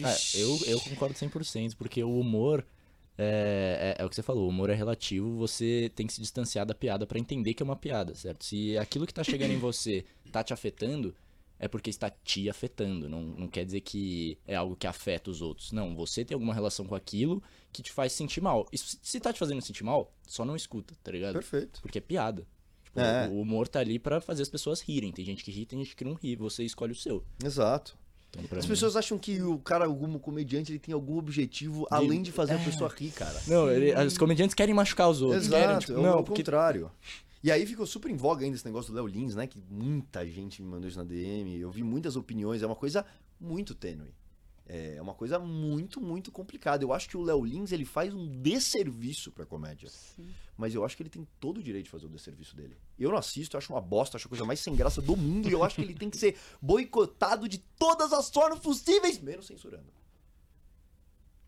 Speaker 1: Ah, eu, eu concordo 100%, porque o humor é, é, é o que você falou, o humor é relativo, você tem que se distanciar da piada pra entender que é uma piada, certo? Se aquilo que tá chegando em você tá te afetando, é porque está te afetando, não, não quer dizer que é algo que afeta os outros. Não, você tem alguma relação com aquilo que te faz sentir mal. E se se tá te fazendo sentir mal, só não escuta, tá ligado?
Speaker 5: Perfeito.
Speaker 1: Porque é piada. Tipo,
Speaker 5: É.
Speaker 1: O humor tá ali pra fazer as pessoas rirem. Tem gente que ri, tem gente que não ri. Você escolhe o seu.
Speaker 5: Exato.
Speaker 1: Então, pra
Speaker 5: As
Speaker 1: mim-
Speaker 5: pessoas acham que o cara, algum comediante, ele tem algum objetivo além de é. fazer a pessoa rir, cara.
Speaker 1: Não, ele- os comediantes querem machucar os outros. querem,
Speaker 5: Exato,
Speaker 1: tipo,
Speaker 5: é o
Speaker 1: não,
Speaker 5: ao
Speaker 1: porque
Speaker 5: contrário. E aí ficou super em voga ainda esse negócio do Léo Lins, né? Que muita gente me mandou isso na DM. Eu vi muitas opiniões. É uma coisa muito tênue. É uma coisa muito, muito complicada. Eu acho que o Léo Lins, ele faz um desserviço pra comédia. Mas eu acho que ele tem todo o direito de fazer o desserviço dele. Eu não assisto, eu acho uma bosta, acho a coisa mais sem graça do mundo. e eu acho que ele tem que ser boicotado de todas as formas possíveis, menos censurando.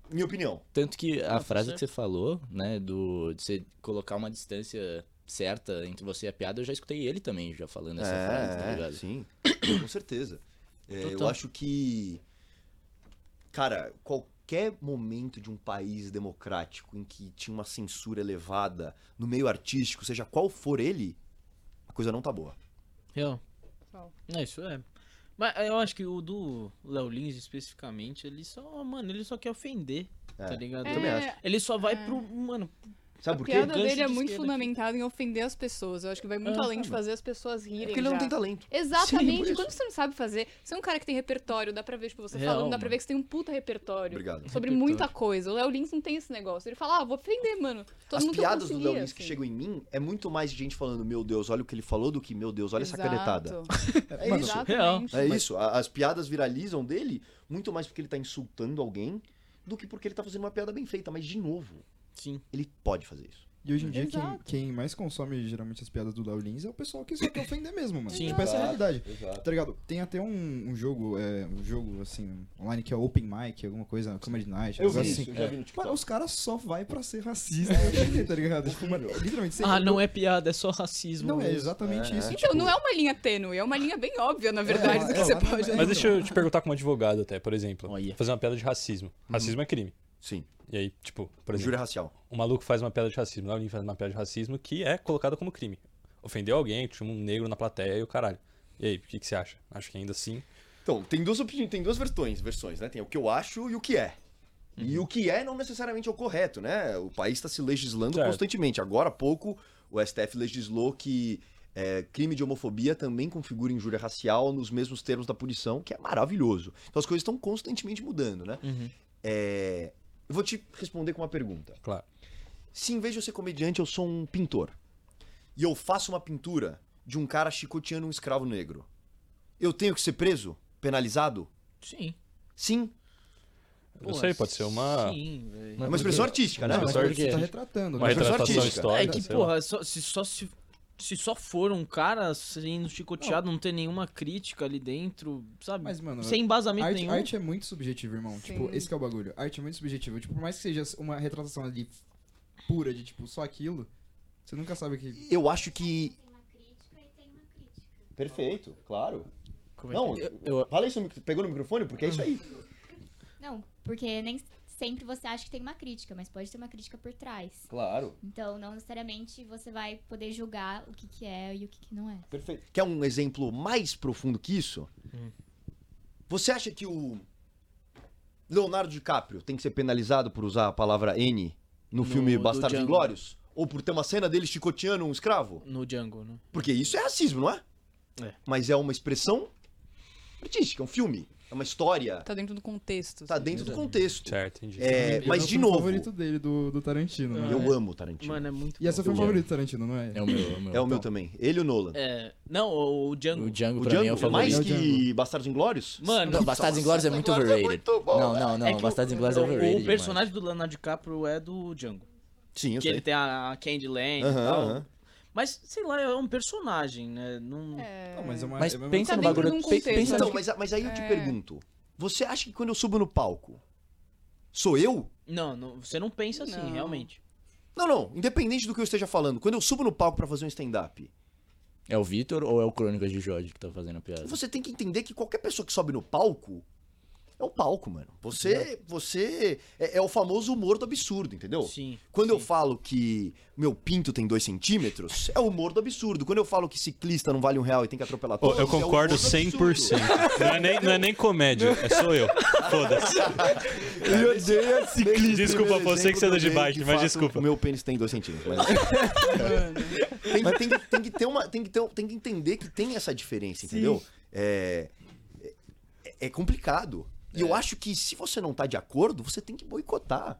Speaker 5: Minha opinião.
Speaker 1: tanto que a
Speaker 4: Ah,
Speaker 1: frase
Speaker 4: certo.
Speaker 1: que você falou, né, do de você colocar uma distância certa entre você e a piada, eu já escutei ele também já falando essa frase, tá ligado?
Speaker 5: É, Sim, com certeza. É, eu
Speaker 4: Total.
Speaker 5: acho que. Cara, qual- qualquer momento de um país democrático em que tinha uma censura elevada no meio artístico, seja qual for ele, a coisa não tá boa.
Speaker 4: Real.
Speaker 3: Real.
Speaker 4: É, isso é. Mas eu acho que o do Léo Lins, especificamente, ele só, mano, ele só quer ofender,
Speaker 5: É.
Speaker 4: tá ligado?
Speaker 5: Eu também
Speaker 3: É,
Speaker 5: acho.
Speaker 4: Ele só vai pro, mano,
Speaker 5: Sabe
Speaker 3: A
Speaker 5: por quê?
Speaker 3: piada
Speaker 4: Gancho
Speaker 3: dele é
Speaker 4: de
Speaker 3: muito
Speaker 4: esquerda
Speaker 3: fundamentada em ofender as pessoas. Eu acho que vai muito
Speaker 4: Ah,
Speaker 3: além de
Speaker 5: sabe.
Speaker 3: fazer as pessoas rirem.
Speaker 5: É Porque ele não
Speaker 3: já.
Speaker 5: tem talento.
Speaker 3: Exatamente.
Speaker 5: Sim, por
Speaker 3: Quando você não sabe fazer, você é um cara que tem repertório, dá pra ver, tipo, você
Speaker 4: Real,
Speaker 3: falando, dá pra
Speaker 4: mano.
Speaker 3: ver que você tem um puta repertório.
Speaker 5: Obrigado.
Speaker 3: Sobre
Speaker 4: Repertório.
Speaker 3: muita coisa. O Léo Lins não tem esse negócio. Ele fala, ah, vou ofender, mano. Todo
Speaker 5: As
Speaker 3: mundo
Speaker 5: piadas do
Speaker 3: concilia,
Speaker 5: Léo Lins que
Speaker 3: assim.
Speaker 5: chegam em mim é muito mais gente falando, meu Deus, olha o que ele falou, do que, meu Deus, olha essa
Speaker 3: Exato.
Speaker 5: canetada. É
Speaker 6: Mano,
Speaker 5: isso.
Speaker 3: Exatamente.
Speaker 5: É isso, a- as piadas viralizam dele muito mais porque ele tá insultando alguém do que porque ele tá fazendo uma piada bem feita. Mas, de novo,
Speaker 4: sim.
Speaker 5: ele pode fazer isso.
Speaker 6: E hoje em dia, quem,
Speaker 3: Exato.
Speaker 6: quem mais consome geralmente as piadas do Léo Lins é o pessoal que só quer ofender mesmo, mano.
Speaker 4: Sim.
Speaker 6: Tipo, essa é a
Speaker 5: Exato,
Speaker 6: realidade.
Speaker 5: exato.
Speaker 6: Tá ligado? Tem até um, um jogo, é, um jogo, assim, online que é Open Mic, alguma coisa, Comedy Night, algo assim.
Speaker 5: já vi no
Speaker 6: Mano, os caras só vai pra ser racista, tá ligado? Tipo, mano, literalmente, você-
Speaker 4: Ah, não é piada, é só racismo.
Speaker 6: Não, é
Speaker 4: mesmo.
Speaker 6: exatamente isso. tipo, é,
Speaker 3: Então, não é uma linha tênue, é uma linha bem óbvia, na verdade,
Speaker 5: É.
Speaker 3: do que você pode.
Speaker 6: então.
Speaker 2: Mas deixa eu te perguntar como advogado até, por exemplo.
Speaker 1: Olha.
Speaker 2: Fazer uma piada de racismo. Racismo é crime.
Speaker 5: Sim,
Speaker 2: E aí, tipo, por exemplo,
Speaker 5: injúria racial.
Speaker 2: o maluco faz uma piada de racismo, lá o Ninho faz uma piada de racismo que é colocada como crime. Ofendeu alguém, tinha um negro na plateia e o caralho. E aí, o que, que você acha? Acho que ainda assim.
Speaker 5: Então, tem duas opiniões, tem duas versões, versões, né? Tem o que eu acho e o que é. E o que é não necessariamente é o correto, né? O país está se legislando
Speaker 2: Certo.
Speaker 5: constantemente. Agora há pouco, o STF legislou que é, crime de homofobia também configura injúria racial nos mesmos termos da punição, que é maravilhoso. Então as coisas estão constantemente mudando, né?
Speaker 4: Uhum.
Speaker 5: É, Eu vou te responder com uma pergunta.
Speaker 2: Claro.
Speaker 5: Se em vez de eu ser comediante, eu sou um pintor. E eu faço uma pintura de um cara chicoteando um escravo negro. Eu tenho que ser preso? Penalizado?
Speaker 4: Sim.
Speaker 5: Sim.
Speaker 2: Eu
Speaker 4: Pô,
Speaker 2: não sei, pode ser uma,
Speaker 4: Sim, velho.
Speaker 5: É uma expressão artística, né?
Speaker 1: Não,
Speaker 6: mas
Speaker 1: Professor
Speaker 6: você
Speaker 1: de-
Speaker 6: tá retratando,
Speaker 2: uma
Speaker 5: Mas versão
Speaker 2: retratação
Speaker 5: artística.
Speaker 2: histórica.
Speaker 4: É que,
Speaker 2: sei lá.
Speaker 4: porra, só- se só se. Se só for um cara sendo chicoteado, não, ter nenhuma crítica ali dentro, sabe?
Speaker 6: Mas, mano,
Speaker 4: Sem embasamento
Speaker 6: Arte,
Speaker 4: nenhum.
Speaker 6: arte é muito subjetivo, irmão.
Speaker 3: Sim.
Speaker 6: Tipo, esse que é o bagulho. Arte é muito subjetivo. Tipo, por mais que seja uma retratação ali pura de, tipo, só aquilo, você nunca sabe o que.
Speaker 5: Eu acho que.
Speaker 7: Tem uma crítica e tem uma crítica.
Speaker 5: Perfeito, claro.
Speaker 4: Como é que
Speaker 5: Não,
Speaker 1: eu-
Speaker 5: fala isso, no mic- pegou no microfone? Porque é isso aí.
Speaker 7: Não, porque nem sempre você acha que tem uma crítica, mas pode ter uma crítica por trás.
Speaker 5: Claro.
Speaker 7: Então, não necessariamente você vai poder julgar o que, que é e o que, que não é.
Speaker 5: Perfeito. Quer um exemplo mais profundo que isso?
Speaker 4: Hum.
Speaker 5: Você acha que o Leonardo DiCaprio tem que ser penalizado por usar a palavra N
Speaker 4: No-
Speaker 5: no, filme
Speaker 4: do
Speaker 5: Bastardos
Speaker 4: Django.
Speaker 5: Inglórios? Ou por ter uma cena dele chicoteando um escravo?
Speaker 4: No Django, né?
Speaker 5: Porque isso é racismo, não é?
Speaker 4: É.
Speaker 5: Mas é uma expressão artística, é um filme, é uma história.
Speaker 3: Tá dentro do contexto.
Speaker 5: Tá
Speaker 3: assim.
Speaker 5: dentro do contexto.
Speaker 2: Certo, entendi.
Speaker 5: É,
Speaker 6: E é o
Speaker 5: mas
Speaker 6: meu
Speaker 5: de
Speaker 6: filme
Speaker 5: novo,
Speaker 6: favorito dele, do, do Tarantino, né?
Speaker 3: Ah.
Speaker 5: eu amo Tarantino.
Speaker 4: Mano, Ah, então. é muito.
Speaker 6: E essa
Speaker 4: bom.
Speaker 6: foi o favorito do Tarantino, não é?
Speaker 1: É o meu. É o meu.
Speaker 5: É o meu também. Ele e o Nolan.
Speaker 4: É. Não, o, o Django.
Speaker 1: O Django
Speaker 5: O
Speaker 1: pra mim é o
Speaker 5: Django, mais
Speaker 1: favorito.
Speaker 6: É o
Speaker 5: que Bastardos Inglórios?
Speaker 4: Mano,
Speaker 1: Não, Bastardos Inglórios é muito overrated. não, não, não.
Speaker 4: É que o-
Speaker 1: Bastardos Inglórios é
Speaker 4: o-
Speaker 1: overrated.
Speaker 4: O
Speaker 1: demais.
Speaker 4: personagem do Leonardo DiCaprio é do Django.
Speaker 5: Sim, eu
Speaker 4: que ele
Speaker 5: sei.
Speaker 4: tem a a Candy Lane e
Speaker 5: Aham,
Speaker 4: tal.
Speaker 5: aham.
Speaker 4: Mas, sei lá, é um personagem, né? Não...
Speaker 6: Não, mas é uma,
Speaker 1: Mas
Speaker 6: é uma-
Speaker 1: pensa
Speaker 3: Tá
Speaker 1: no
Speaker 3: dentro
Speaker 1: bagulho.
Speaker 3: de um
Speaker 1: pe-
Speaker 3: contexto,
Speaker 1: pensa
Speaker 5: Então,
Speaker 1: no-
Speaker 5: mas, mas aí eu te pergunto. Você acha que quando eu subo no palco, sou eu?
Speaker 4: Não, não, você não pensa assim,
Speaker 3: Não.
Speaker 4: realmente.
Speaker 5: Não, não. Independente do que eu esteja falando. Quando eu subo no palco pra fazer um stand-up,
Speaker 1: É o Vitor ou é o Crônicas de Jorge que tá fazendo a piada?
Speaker 5: você tem que entender que qualquer pessoa que sobe no palco... É o palco, mano. Você, você é, é o famoso humor do absurdo, entendeu?
Speaker 4: Sim,
Speaker 5: Quando eu
Speaker 4: sim.
Speaker 5: falo que meu pinto tem dois centímetros, é o humor do absurdo. Quando eu falo que ciclista não vale um real e tem que atropelar
Speaker 2: Ô,
Speaker 5: todos, é
Speaker 2: eu
Speaker 5: o humor do
Speaker 2: concordo
Speaker 5: absurdo.
Speaker 2: 100%. Não é, nem, não é nem comédia, é sou eu. Foda-se.
Speaker 5: Ele odeia ciclista.
Speaker 2: Desculpa, pô, eu sei que você anda de bike, mas desculpa.
Speaker 5: O meu pênis tem 2 centímetros. Mas... tem, que- tem que, tem que ter uma, tem, que ter, um- tem que entender que tem essa diferença, entendeu? É, é- é complicado. E eu acho que se você não tá de acordo, você tem que boicotar.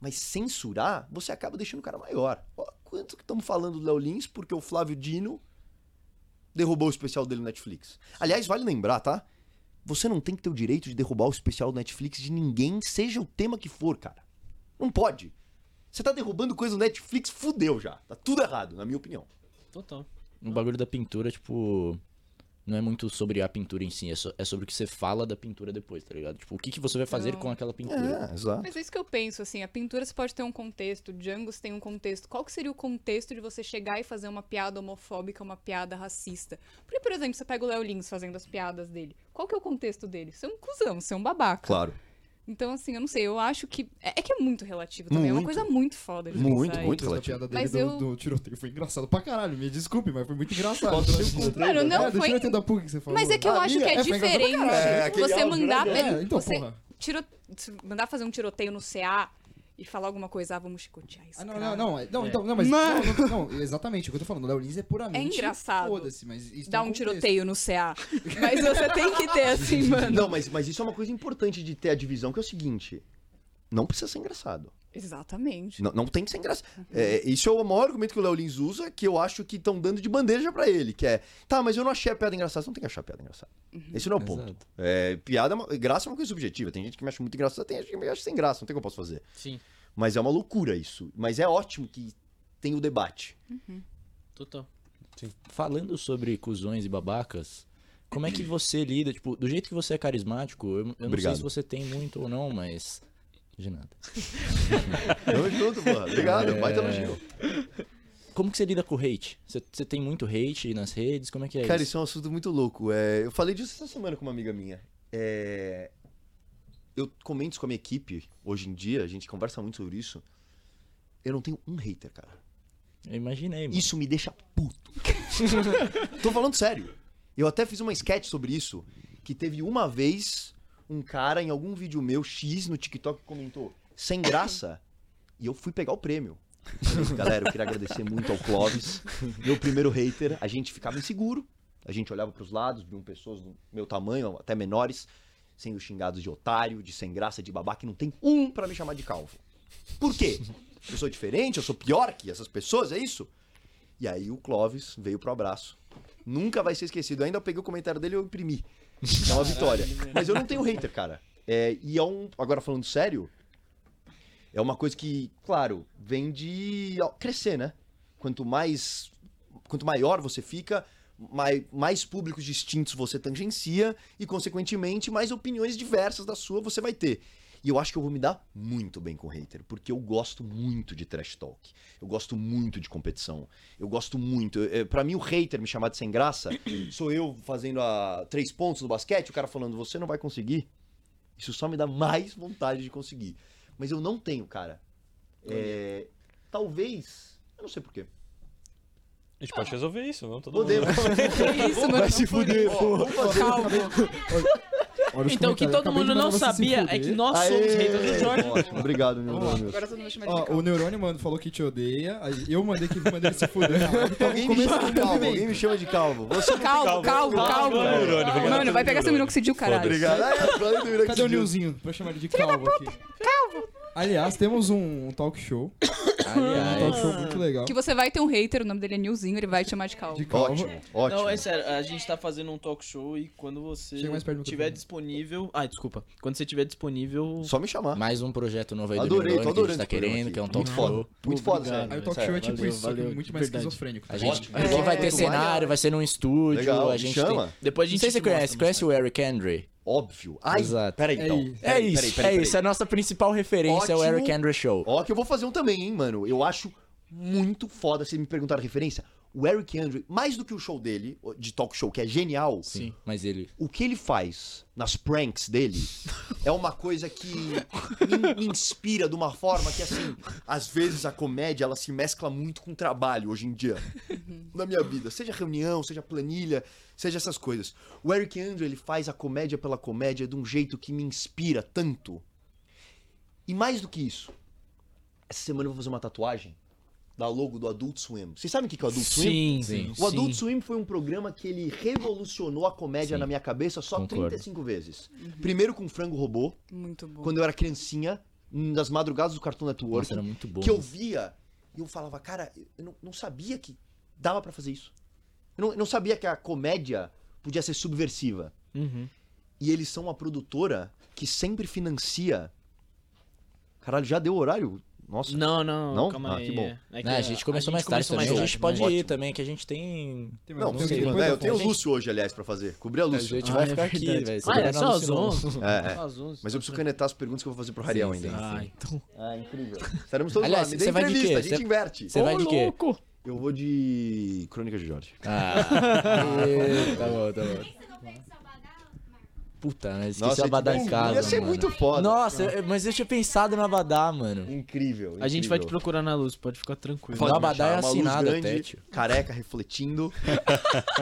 Speaker 5: Mas censurar, você acaba deixando o cara maior. Ó, quanto que estamos falando do Léo Lins, porque o Flávio Dino derrubou o especial dele no Netflix. Aliás, vale lembrar, tá? Você não tem que ter o direito de derrubar o especial do Netflix de ninguém, seja o tema que for, cara. Não pode. Você tá derrubando coisa do Netflix, fudeu já. Tá tudo errado, na minha opinião.
Speaker 4: Total.
Speaker 1: O bagulho da pintura, tipo. Não é muito sobre a pintura em si, é, so- é sobre o que você fala da pintura depois, tá ligado? Tipo, o que, que você vai fazer
Speaker 3: Não.
Speaker 1: com aquela pintura?
Speaker 5: exato.
Speaker 3: Mas é isso que eu penso, assim, a pintura você pode ter um contexto, Django você tem um contexto. Qual que seria o contexto de você chegar e fazer uma piada homofóbica, uma piada racista? Porque, por exemplo, é você pega o Léo Lins fazendo as piadas dele. Qual que é o contexto dele? Ser um cuzão, ser um babaca.
Speaker 5: Claro.
Speaker 3: Então, assim, eu não sei, eu acho que. É é que é muito relativo também, é uma
Speaker 5: Muito.
Speaker 3: coisa muito foda. de
Speaker 5: Muito,
Speaker 3: pensar, hein?
Speaker 5: muito.
Speaker 6: Essa
Speaker 5: relativo.
Speaker 6: piada dele
Speaker 3: Mas
Speaker 6: do,
Speaker 3: eu-
Speaker 6: do tiroteio foi engraçado pra caralho, me desculpe, mas foi muito engraçado.
Speaker 3: Mano, não,
Speaker 6: é, do
Speaker 3: foi-
Speaker 6: tiroteio da PUC que você falou.
Speaker 3: Mas é que eu
Speaker 6: Ah,
Speaker 3: acho
Speaker 6: minha,
Speaker 3: que é
Speaker 6: foi engraçado pra
Speaker 3: diferente
Speaker 6: caralho.
Speaker 5: É, aquele
Speaker 3: você
Speaker 5: áudio, né?
Speaker 3: mandar.
Speaker 6: É, então,
Speaker 3: você
Speaker 6: porra.
Speaker 3: tiro- se mandar fazer um tiroteio no CA e falar alguma coisa, ah, vamos chicotear isso.
Speaker 6: Ah, não, não, não, é- não, então, não, mas, Não, não, não, exatamente, o que eu tô falando, o Léo Lins é puramente...
Speaker 3: É engraçado.
Speaker 6: Foda-se, mas isso
Speaker 3: Dar
Speaker 6: tem
Speaker 3: um
Speaker 6: contexto.
Speaker 3: tiroteio no CA. Mas você tem que ter, assim, mano.
Speaker 5: Não, mas, mas isso é uma coisa importante de ter a divisão, que é o seguinte. Não precisa ser engraçado.
Speaker 3: Exatamente.
Speaker 5: Não, não tem que ser engraçado. É, isso é o maior argumento que o Léo Lins usa, que eu acho que estão dando de bandeja pra ele, que é, tá, mas eu não achei a piada engraçada. Você não tem que achar a piada engraçada. Esse não é o ponto.
Speaker 2: Exato.
Speaker 5: É, piada, é uma- graça é uma coisa subjetiva. Tem gente que me acha muito engraçada, tem gente que me acha sem graça, não tem o que eu posso fazer.
Speaker 4: Sim,
Speaker 5: Mas é uma loucura isso. Mas é ótimo que tem o debate.
Speaker 4: total.
Speaker 1: Falando sobre cuzões e babacas, como é que você lida? Tipo, do jeito que você é carismático, eu, eu não sei
Speaker 5: Obrigado.
Speaker 1: se você tem muito ou não, mas. De nada.
Speaker 5: Tamo junto, porra. Obrigado,
Speaker 1: É,
Speaker 5: baita elogio.
Speaker 1: Como que você lida com o hate? Você, você tem muito hate nas redes? Como é que é
Speaker 5: Cara,
Speaker 1: isso?
Speaker 5: isso é um assunto muito louco. É, eu falei disso essa semana com uma amiga minha. É, eu comento isso com a minha equipe hoje em dia, a gente conversa muito sobre isso. Eu não tenho um hater, cara.
Speaker 1: Eu imaginei, mano.
Speaker 5: Isso me deixa puto. Tô falando sério. Eu até fiz uma sketch sobre isso, que teve uma vez um cara em algum vídeo meu X no TikTok que comentou sem graça e eu fui pegar o prêmio. Galera, eu queria agradecer muito ao Clóvis, meu primeiro hater. A gente ficava inseguro, a gente olhava pros lados, viam pessoas do meu tamanho, até menores, sendo xingados de otário, de sem graça, de babaca, que não tem um pra me chamar de calvo. Por quê? Eu sou diferente, eu sou pior que essas pessoas, é isso? E aí o Clóvis veio pro abraço. Nunca vai ser esquecido. Ainda eu peguei o comentário dele e eu imprimi. É uma vitória. Mas eu não tenho hater, cara. É, e é um. Agora falando sério, é uma coisa que, claro, vem de crescer, né? Quanto mais. Quanto maior você fica, mai- mais públicos distintos você tangencia e, consequentemente, mais opiniões diversas da sua você vai ter. E eu acho que eu vou me dar muito bem com hater, porque eu gosto muito de trash talk. Eu gosto muito de competição. Eu gosto muito. Eu- eu- Pra mim, o hater me chamar de sem graça, sou eu fazendo a três pontos no basquete, o cara falando, você não vai conseguir. Isso só me dá mais vontade de conseguir. Mas eu não tenho, cara. É, talvez. Eu não sei porquê.
Speaker 2: A gente pode resolver isso, vamos todo
Speaker 5: Podemos.
Speaker 2: mundo.
Speaker 3: É isso, mano.
Speaker 5: Vai se fuder, porra.
Speaker 6: Olha os
Speaker 4: Então, o que
Speaker 6: comentários,
Speaker 4: todo
Speaker 6: acabei de
Speaker 4: mundo não
Speaker 6: mandar você se
Speaker 4: sabia é
Speaker 6: fuder.
Speaker 4: que nós somos
Speaker 5: Aê!
Speaker 4: haters do Jordan.
Speaker 5: Ótimo, Obrigado, meu
Speaker 6: Vamos lá.
Speaker 5: Deus.
Speaker 3: Agora todo mundo chama de
Speaker 6: Ó, o Neurônio, mano, falou que te odeia, aí eu mandei que mandei ele se fuder. Então,
Speaker 5: Alguém me chama de calvo. Alguém me chama de calvo. Você não tem
Speaker 3: Calvo, calvo, calvo.
Speaker 2: Calma, neurônio, vai
Speaker 3: Mano,
Speaker 2: ganhar
Speaker 3: vai
Speaker 2: tudo,
Speaker 3: pegar seu
Speaker 2: neurônio.
Speaker 3: minoxidil, caralho.
Speaker 5: Obrigado. Ah, é, falei do Iraque
Speaker 6: Cadê o
Speaker 5: Gil.
Speaker 6: Nilzinho? Pra chamar ele de calvo aqui. Calvo! Aliás, temos um talk show. Um talk show muito legal.
Speaker 3: Que você vai ter um hater, o nome dele é Nilzinho, ele vai te chamar de calvo.
Speaker 6: De calvo.
Speaker 5: Ótimo, ótimo.
Speaker 4: Não, é sério, a gente tá fazendo um talk show e quando você
Speaker 6: Chega mais perto do
Speaker 4: tiver
Speaker 6: microfone.
Speaker 4: disponível. Ah, desculpa. Quando você tiver disponível.
Speaker 5: Só me chamar.
Speaker 1: Mais um projeto novo aí
Speaker 5: Adorei,
Speaker 1: do Neurônio
Speaker 5: tô
Speaker 1: que a gente
Speaker 5: adorando
Speaker 1: tá
Speaker 5: esse programa
Speaker 1: querendo,
Speaker 5: aqui.
Speaker 1: que é um talk
Speaker 5: Muito
Speaker 1: show.
Speaker 5: foda. Muito foda,
Speaker 1: obrigado.
Speaker 5: sério.
Speaker 6: Aí o talk
Speaker 1: Sério,
Speaker 6: show é tipo
Speaker 1: valeu,
Speaker 6: isso, só que
Speaker 1: valeu,
Speaker 6: muito
Speaker 1: de
Speaker 6: mais
Speaker 1: verdade.
Speaker 6: esquizofrênico. tá
Speaker 1: A gente,
Speaker 5: Ótimo.
Speaker 1: aqui vai
Speaker 5: É.
Speaker 1: ter cenário, vai ser num estúdio.
Speaker 5: Legal,
Speaker 1: a gente
Speaker 5: chama.
Speaker 1: tem-
Speaker 4: Depois a
Speaker 1: Não
Speaker 4: gente.
Speaker 1: sei se você
Speaker 4: te
Speaker 1: conhece,
Speaker 4: mostra,
Speaker 1: conhece o Eric Andre?
Speaker 5: Óbvio. Ai,
Speaker 1: Exato.
Speaker 5: Peraí,
Speaker 6: É
Speaker 5: então.
Speaker 6: isso.
Speaker 1: É
Speaker 5: Peraí,
Speaker 1: isso,
Speaker 5: peraí, peraí,
Speaker 1: é
Speaker 5: peraí.
Speaker 1: isso. É a nossa principal referência, é o
Speaker 5: Ótimo.
Speaker 1: Eric Andre Show.
Speaker 5: Ó, que eu vou fazer um também, hein, mano. Eu acho muito foda. Vocês me perguntaram a referência. O Eric Andre, mais do que o show dele, de talk show, que é genial,
Speaker 1: Sim, mas ele...
Speaker 5: o que ele faz nas pranks dele é uma coisa que me, me inspira de uma forma que, assim, às vezes a comédia ela se mescla muito com o trabalho hoje em dia. Na minha vida. Seja reunião, seja planilha, seja essas coisas. O Eric Andre, ele faz a comédia pela comédia de um jeito que me inspira tanto. E mais do que isso, essa semana eu vou fazer uma tatuagem da logo do Adult Swim. Vocês sabem o que que é o Adult
Speaker 4: Sim,
Speaker 5: Swim?
Speaker 1: Sim.
Speaker 4: sim.
Speaker 5: O Adult Swim foi um programa que ele revolucionou a comédia
Speaker 1: Sim.
Speaker 5: na minha cabeça só
Speaker 1: Concordo.
Speaker 5: 35 vezes. Primeiro com Frango Robô,
Speaker 3: Muito bom.
Speaker 5: quando eu era criancinha, nas madrugadas do Cartoon Network,
Speaker 1: Nossa, era muito bom.
Speaker 5: que eu via e eu falava, cara, eu não, não sabia que dava pra fazer isso. Eu não, eu não sabia que a comédia podia ser subversiva.
Speaker 4: Uhum.
Speaker 5: E eles são uma produtora que sempre financia. Caralho, já deu horário? Nossa.
Speaker 4: Não, não,
Speaker 5: Não?
Speaker 4: calma
Speaker 5: Ah,
Speaker 4: aí.
Speaker 5: que bom.
Speaker 4: é. É que
Speaker 1: Né, a gente começou mais tarde também,
Speaker 4: mais
Speaker 1: a gente
Speaker 4: tarde,
Speaker 1: pode
Speaker 4: né?
Speaker 1: ir
Speaker 5: Ótimo.
Speaker 1: também, que a gente tem...
Speaker 6: Tem mais
Speaker 5: Não,
Speaker 6: um
Speaker 5: não
Speaker 1: sei,
Speaker 5: sei,
Speaker 6: depois
Speaker 1: manda-
Speaker 6: da
Speaker 5: eu tenho o
Speaker 6: Fox.
Speaker 5: Lúcio hoje, aliás, pra fazer. Cobrir a
Speaker 1: A
Speaker 5: Lúcio.
Speaker 1: gente vai
Speaker 4: Ah, é
Speaker 1: ficar aqui,
Speaker 4: verdade.
Speaker 1: velho. você
Speaker 4: Ah,
Speaker 1: vai
Speaker 4: é
Speaker 1: na
Speaker 4: só às
Speaker 1: Luciana.
Speaker 4: 11?
Speaker 5: É, é.
Speaker 4: Só às 11.
Speaker 5: Mas eu preciso canetar as perguntas que eu vou fazer pro Rariel
Speaker 1: Sim,
Speaker 5: ainda.
Speaker 1: sim,
Speaker 4: Ah, então.
Speaker 5: Ah, incrível. Estaremos todos
Speaker 1: Aliás,
Speaker 5: lá. Me
Speaker 1: você
Speaker 5: dê
Speaker 1: vai de
Speaker 5: entrevista,
Speaker 1: quê?
Speaker 5: a gente
Speaker 1: Você-
Speaker 5: inverte.
Speaker 1: Você vai de quê?
Speaker 4: louco!
Speaker 5: Eu vou de Crônica de Jorge.
Speaker 1: Ah, tá bom, tá bom.
Speaker 7: Pensa no peito salvador, Marco.
Speaker 1: Puta, né? Esqueci
Speaker 5: Nossa,
Speaker 1: o Abadá
Speaker 5: ia-
Speaker 1: em casa.
Speaker 5: Ia ser
Speaker 1: mano.
Speaker 5: muito foda.
Speaker 1: Nossa, eu- mas eu tinha pensado no Abadá, mano.
Speaker 5: Incrível,
Speaker 4: A gente vai te
Speaker 5: incrível.
Speaker 4: procurar na luz, pode ficar tranquilo.
Speaker 1: Pode-
Speaker 5: me
Speaker 1: Abadá é
Speaker 5: achar, uma luz
Speaker 1: assinado
Speaker 5: grande,
Speaker 1: até, tio.
Speaker 5: Careca, refletindo.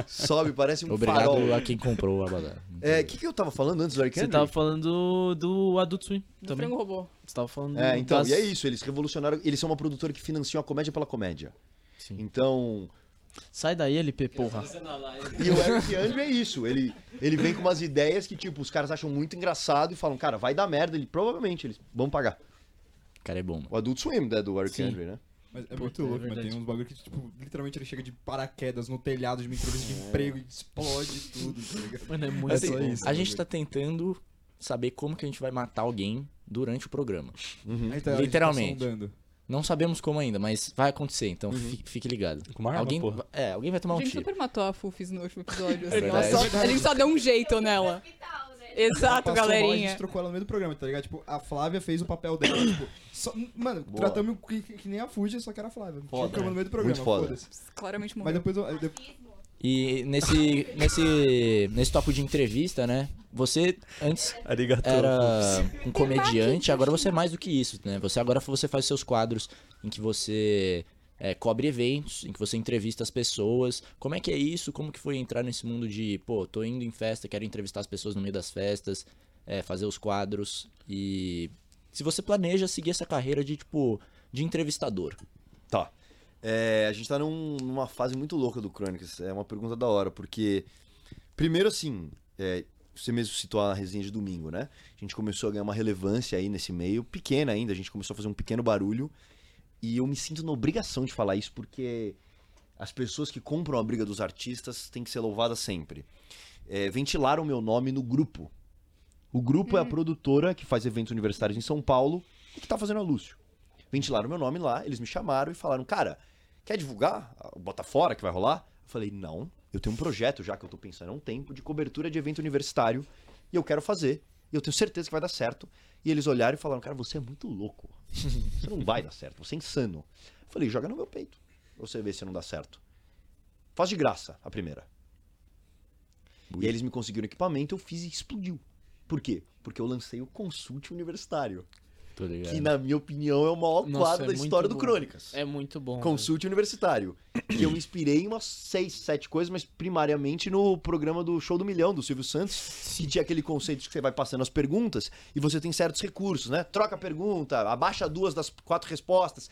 Speaker 5: sobe, parece um
Speaker 1: Obrigado
Speaker 5: farol.
Speaker 1: a quem comprou o Abadá.
Speaker 5: É, o que, que eu tava falando antes do Eric
Speaker 4: Você
Speaker 5: Andre?
Speaker 4: tava falando do Adult Swim
Speaker 3: Do
Speaker 4: também.
Speaker 3: frango robô.
Speaker 4: Você tava falando
Speaker 5: É, então,
Speaker 4: das-
Speaker 5: e é isso, eles revolucionaram. Eles são uma produtora que financia a comédia pela comédia.
Speaker 1: Sim.
Speaker 5: Então,
Speaker 4: Sai daí, LP, porra.
Speaker 5: e o Eric Andre é isso. Ele, ele vem com umas ideias que, tipo, os caras acham muito engraçado e falam, cara, vai dar merda. Ele, provavelmente, eles vão pagar.
Speaker 1: O cara é bom, mano.
Speaker 5: O Adult Swim né, do Eric
Speaker 4: Sim.
Speaker 5: Andre, né?
Speaker 6: Mas é
Speaker 4: Puta,
Speaker 6: muito
Speaker 4: é
Speaker 6: louco, mas
Speaker 4: verdade.
Speaker 6: tem uns bagulho que, tipo, literalmente ele chega de paraquedas no telhado de uma entrevista de emprego e explode tudo, tá ligado?
Speaker 4: Mano, é muito
Speaker 1: Assim,
Speaker 6: só
Speaker 4: bom.
Speaker 6: isso,
Speaker 1: a
Speaker 6: né,
Speaker 1: gente
Speaker 6: velho?
Speaker 1: tá tentando saber como que a gente vai matar alguém durante o programa.
Speaker 6: Aí tá- a gente tá
Speaker 1: Literalmente.
Speaker 6: sondando.
Speaker 1: Não sabemos como ainda, mas vai acontecer, então fi- fique ligado.
Speaker 2: Com uma arma,
Speaker 1: alguém,
Speaker 2: porra.
Speaker 1: é, alguém vai tomar
Speaker 3: A
Speaker 1: um
Speaker 3: gente
Speaker 1: tiro.
Speaker 3: super matou a Fufis no último episódio. assim,
Speaker 1: verdade.
Speaker 3: ela só- a gente só deu um jeito nela.
Speaker 7: Hospital, né?
Speaker 6: Passou
Speaker 3: Exato,
Speaker 6: mal, a
Speaker 3: galerinha.
Speaker 6: gente trocou ela no meio do programa, tá ligado? Tipo, a Flávia fez o papel dela, tipo, só- mano,
Speaker 5: Boa.
Speaker 6: tratamos que, que- que nem a Fuji, só que era a Flávia. Foda, no meio do programa,
Speaker 5: Muito foda.
Speaker 6: foda-se.
Speaker 3: Claramente
Speaker 6: Mas
Speaker 3: morreu.
Speaker 6: depois, eu- de-
Speaker 1: E nesse nesse nesse tópico de entrevista, né? Você antes
Speaker 2: Arigato.
Speaker 1: era um comediante, agora você é mais do que isso, né? Você agora você faz seus quadros em que você é, cobre eventos, em que você entrevista as pessoas. Como é que é isso? Como que foi entrar nesse mundo de, pô, tô indo em festa, quero entrevistar as pessoas no meio das festas, é, fazer os quadros e se você planeja seguir essa carreira de tipo de entrevistador.
Speaker 5: Tá. É, a gente tá num- numa fase muito louca do Crônicas. É uma pergunta da hora, porque. Primeiro, assim, é, você mesmo citou a resenha de domingo, né? A gente começou a ganhar uma relevância aí nesse meio, pequena ainda, a gente começou a fazer um pequeno barulho. E eu me sinto na obrigação de falar isso, porque as pessoas que compram a briga dos artistas têm que ser louvadas sempre. É, ventilaram meu nome no grupo. O grupo é a produtora que faz eventos universitários em São Paulo e que tá fazendo a Lúcio ventilaram meu nome lá, eles me chamaram e falaram, cara, quer divulgar o Botafora que vai rolar? Eu falei, não, eu tenho um projeto já que eu tô pensando há um tempo de cobertura de evento universitário e eu quero fazer. E eu tenho certeza que vai dar certo. E eles olharam e falaram, cara, você é muito louco. Você não vai dar certo, você é insano. Eu falei, joga no meu peito. pra Você vê se não dá certo. Faz de graça a primeira. E aí eles me conseguiram equipamento, eu fiz e explodiu. Por quê? Porque eu lancei o consulte universitário
Speaker 1: Tô tá ligado.
Speaker 5: que na minha opinião é o maior
Speaker 4: Nossa,
Speaker 5: quadro
Speaker 4: é
Speaker 5: da
Speaker 4: muito
Speaker 5: história do
Speaker 4: bom.
Speaker 5: Crônicas.
Speaker 4: É muito bom.
Speaker 5: Consulte Universitário. Que eu me inspirei em umas seis, sete coisas, mas primariamente no programa do Show do Milhão, do Silvio Santos, que tinha aquele conceito de que você vai passando as perguntas e você tem certos recursos, né? Troca a pergunta, abaixa duas das quatro respostas.